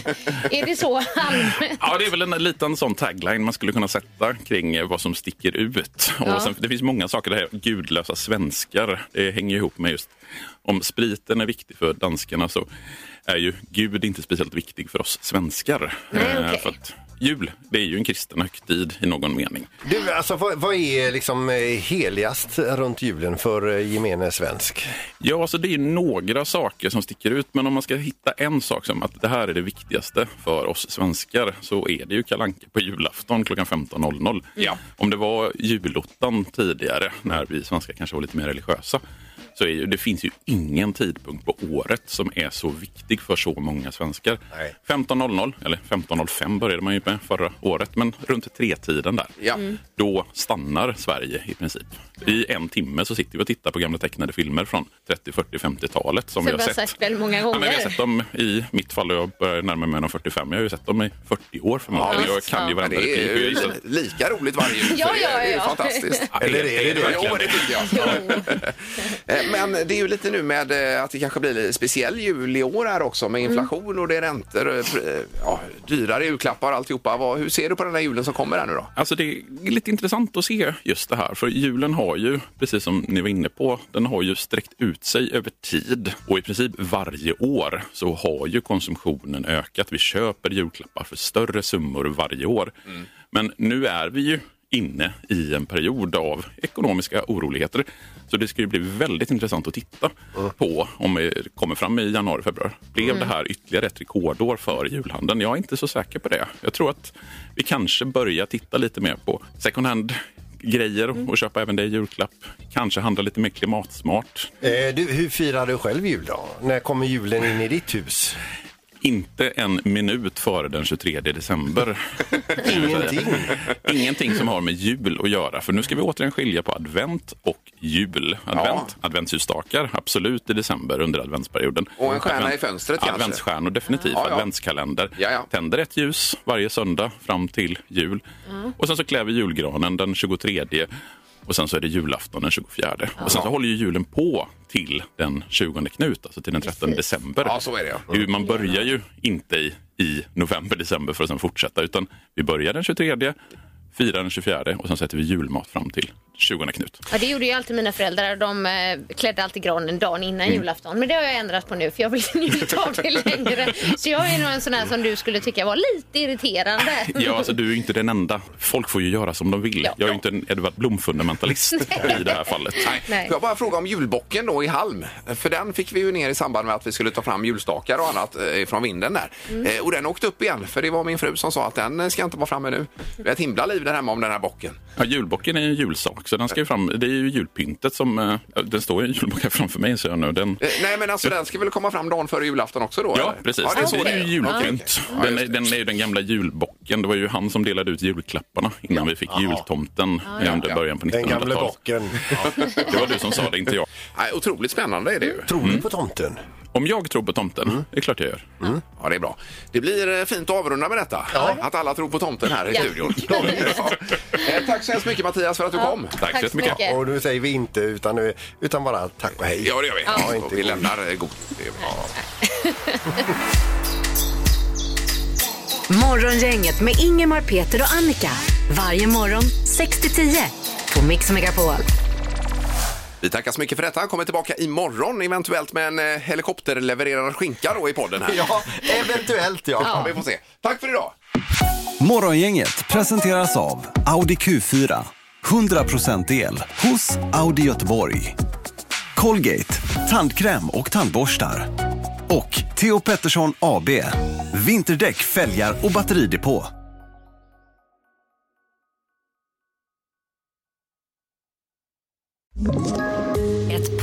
[SPEAKER 5] Är det så allmänt?
[SPEAKER 11] Ja, det är väl en liten sån tagline man skulle kunna sätta kring eh, vad som sticker ut.
[SPEAKER 5] Ja.
[SPEAKER 11] Och sen, det finns många saker, det här gudlösa svenskar, det hänger ihop med just om spriten är viktig för danskarna så är ju Gud inte speciellt viktig för oss svenskar.
[SPEAKER 12] Nej,
[SPEAKER 11] Eh,
[SPEAKER 12] okej.
[SPEAKER 11] För att jul, det är ju en kristen högtid i någon mening.
[SPEAKER 12] Du, alltså, vad, vad är liksom eh, heligast runt julen för eh, gemene svensk?
[SPEAKER 11] Ja, alltså det är några saker som sticker ut, men om man ska hitta en sak som att det här är det viktigaste för oss svenskar så är det ju Kalle Anka på julafton klockan 15.00.
[SPEAKER 8] Ja.
[SPEAKER 11] Om det var julottan tidigare, när vi svenskar kanske var lite mer religiösa, så är ju, det finns ju ingen tidpunkt på året som är så viktig för så många svenskar. 15.00, eller 15.05 började man ju med förra året, men runt tretiden där.
[SPEAKER 4] Ja. Mm.
[SPEAKER 11] Då stannar Sverige i princip. I en timme så sitter vi och tittar på gamla tecknade filmer från 30, 40, 50-talet som
[SPEAKER 5] Som
[SPEAKER 11] vi
[SPEAKER 5] jag
[SPEAKER 11] har
[SPEAKER 5] har
[SPEAKER 11] sett.
[SPEAKER 5] sagt väldigt många
[SPEAKER 11] Ja, men
[SPEAKER 5] gånger.
[SPEAKER 11] vi har sett dem i mitt fall, och jag börjar närma mig de 45, jag har ju sett dem i 40 år förmodligen.
[SPEAKER 4] Ja,
[SPEAKER 11] jag kan ju
[SPEAKER 4] ja.
[SPEAKER 11] varenda
[SPEAKER 4] Men det är
[SPEAKER 11] replik. och jag
[SPEAKER 4] ju
[SPEAKER 11] gissar-
[SPEAKER 4] lika roligt varje jul.
[SPEAKER 5] Ja,
[SPEAKER 4] så det är-
[SPEAKER 5] ja,
[SPEAKER 4] Det är ju
[SPEAKER 5] ja.
[SPEAKER 4] fantastiskt.
[SPEAKER 11] Eller är det det?
[SPEAKER 4] Ja, det tycker jag. Eh, Men det är ju lite nu med eh, att det kanske blir lite speciell jul i år här också med
[SPEAKER 5] Mm.
[SPEAKER 4] inflation och det är räntor, eh, pr- eh, ja, dyrare julklappar och alltihopa. Vad- Hur ser du på den här julen som kommer här nu då?
[SPEAKER 11] Alltså det är lite intressant att se just det här. För julen har ju, precis som ni var inne på, den har ju sträckt ut sig över tid. Och i princip varje år så har ju konsumtionen ökat. Vi köper julklappar för större summor varje år. Men nu är vi ju inne i en period av ekonomiska orosligheter. Så det ska ju bli väldigt intressant att titta på om vi kommer fram i januari, februari. Blev
[SPEAKER 8] Mm.
[SPEAKER 11] det här ytterligare ett rekordår för julhandeln? Jag är inte så säker på det. Jag tror att vi kanske börjar titta lite mer på second hand grejer
[SPEAKER 4] Mm.
[SPEAKER 11] och köpa även det i julklapp. Kanske handla lite mer klimatsmart.
[SPEAKER 12] Eh, du, hur firar du själv jul då? När kommer julen in i ditt hus?
[SPEAKER 11] Inte en minut före den 23 december. Ingenting. Ingenting som har med jul att göra. För nu ska vi återigen skilja på advent och jul. Advent, adventsljusstakar, absolut i december under adventsperioden.
[SPEAKER 4] Och en stjärna i fönstret kanske?
[SPEAKER 11] Adventsstjärnor, definitivt.
[SPEAKER 4] Ja, ja.
[SPEAKER 11] Adventskalender. Tänder ett ljus varje söndag fram till jul.
[SPEAKER 4] Mm.
[SPEAKER 11] Och sen så klär vi julgranen den 23 och sen så är det julafton den 24. Och sen så håller ju julen på till den 20 Knut, alltså till den 13 december.
[SPEAKER 4] Ja, så är det, ja.
[SPEAKER 11] Det är ju- Man börjar ju inte i, i november, december för att sen fortsätta, utan vi börjar den 23, firar den 24 och sen sätter vi julmat fram till 20 Knut.
[SPEAKER 5] Ja, det gjorde ju alltid mina föräldrar. De eh, klädde alltid granen dagen innan
[SPEAKER 11] Mm.
[SPEAKER 5] julafton. Men det har jag ändrat på nu för jag vill inte njuta av det längre. Så jag är nog en sån här som du skulle tycka var lite irriterande.
[SPEAKER 11] Ja, alltså du är ju inte den enda. Folk får ju göra som de vill. Jag är ju inte en Edvard Blom-fundamentalist i det här fallet.
[SPEAKER 5] Nej.
[SPEAKER 4] Får jag bara fråga om julbocken då i Halm? För den fick vi ju ner i samband med att vi skulle ta fram julstakar och annat eh, från vinden där.
[SPEAKER 13] Mm.
[SPEAKER 4] Eh, Och den åkte upp igen, för det var min fru som sa att den eh, ska inte vara framme nu. Vi har ett himla liv där hemma om den här bocken.
[SPEAKER 11] Ja, julbocken är ju en julsak, så den ska ju fram. Det är ju julpyntet som... eh, Den står ju en julbock här framför mig, så jag nu. Den,
[SPEAKER 4] Eh, Nej, men alltså den ska väl komma fram dagen före julafton också då?
[SPEAKER 11] Ja,
[SPEAKER 4] eller?
[SPEAKER 11] precis.
[SPEAKER 4] Ja,
[SPEAKER 11] det, är så det är
[SPEAKER 4] det
[SPEAKER 11] ju
[SPEAKER 4] är.
[SPEAKER 11] julpynt.
[SPEAKER 4] Ja, okej.
[SPEAKER 11] Den, är- den är ju den gamla julbocken. Det var ju han som delade ut julklapparna innan vi fick jultomten
[SPEAKER 4] Ja, ja.
[SPEAKER 11] under början på
[SPEAKER 4] Den
[SPEAKER 11] 1900-talet.
[SPEAKER 4] gamla
[SPEAKER 12] bocken.
[SPEAKER 11] Det var du som sa det, inte jag.
[SPEAKER 4] Nej, otroligt spännande är det ju.
[SPEAKER 12] Tror du på tomten?
[SPEAKER 11] Om jag tror på tomten? Det är klart jag gör.
[SPEAKER 4] Ja, det är bra. Det blir eh, fint att avrunda med detta. Att alla tror på tomten här i
[SPEAKER 12] Ja.
[SPEAKER 4] studion. Eh, Tack så hemskt mycket Mattias för att du kom.
[SPEAKER 12] Ja, Och nu säger vi inte utan, nu- utan bara tack och hej.
[SPEAKER 4] Ja, det gör vi.
[SPEAKER 12] Ja,
[SPEAKER 4] Och
[SPEAKER 12] inte
[SPEAKER 4] vi
[SPEAKER 12] god.
[SPEAKER 4] lämnar eh, god... Ja.
[SPEAKER 3] Morgongänget med Ingemar, Peter och Annika. Varje morgon 6 till 10 på Mix Megapol.
[SPEAKER 4] Vi tackar så mycket för detta. Kommer tillbaka imorgon eventuellt med en eh, helikopterlevererad skinka då i podden här.
[SPEAKER 6] Ja, eventuellt ja.
[SPEAKER 4] ja. Vi får se. Tack för idag!
[SPEAKER 14] Morgongänget presenteras av Audi Q4. 100% el hos Audi Göteborg. Colgate, tandkräm och tandborstar. Och Theo Pettersson AB, vinterdäck, fälgar och batteridepå.
[SPEAKER 15] Ett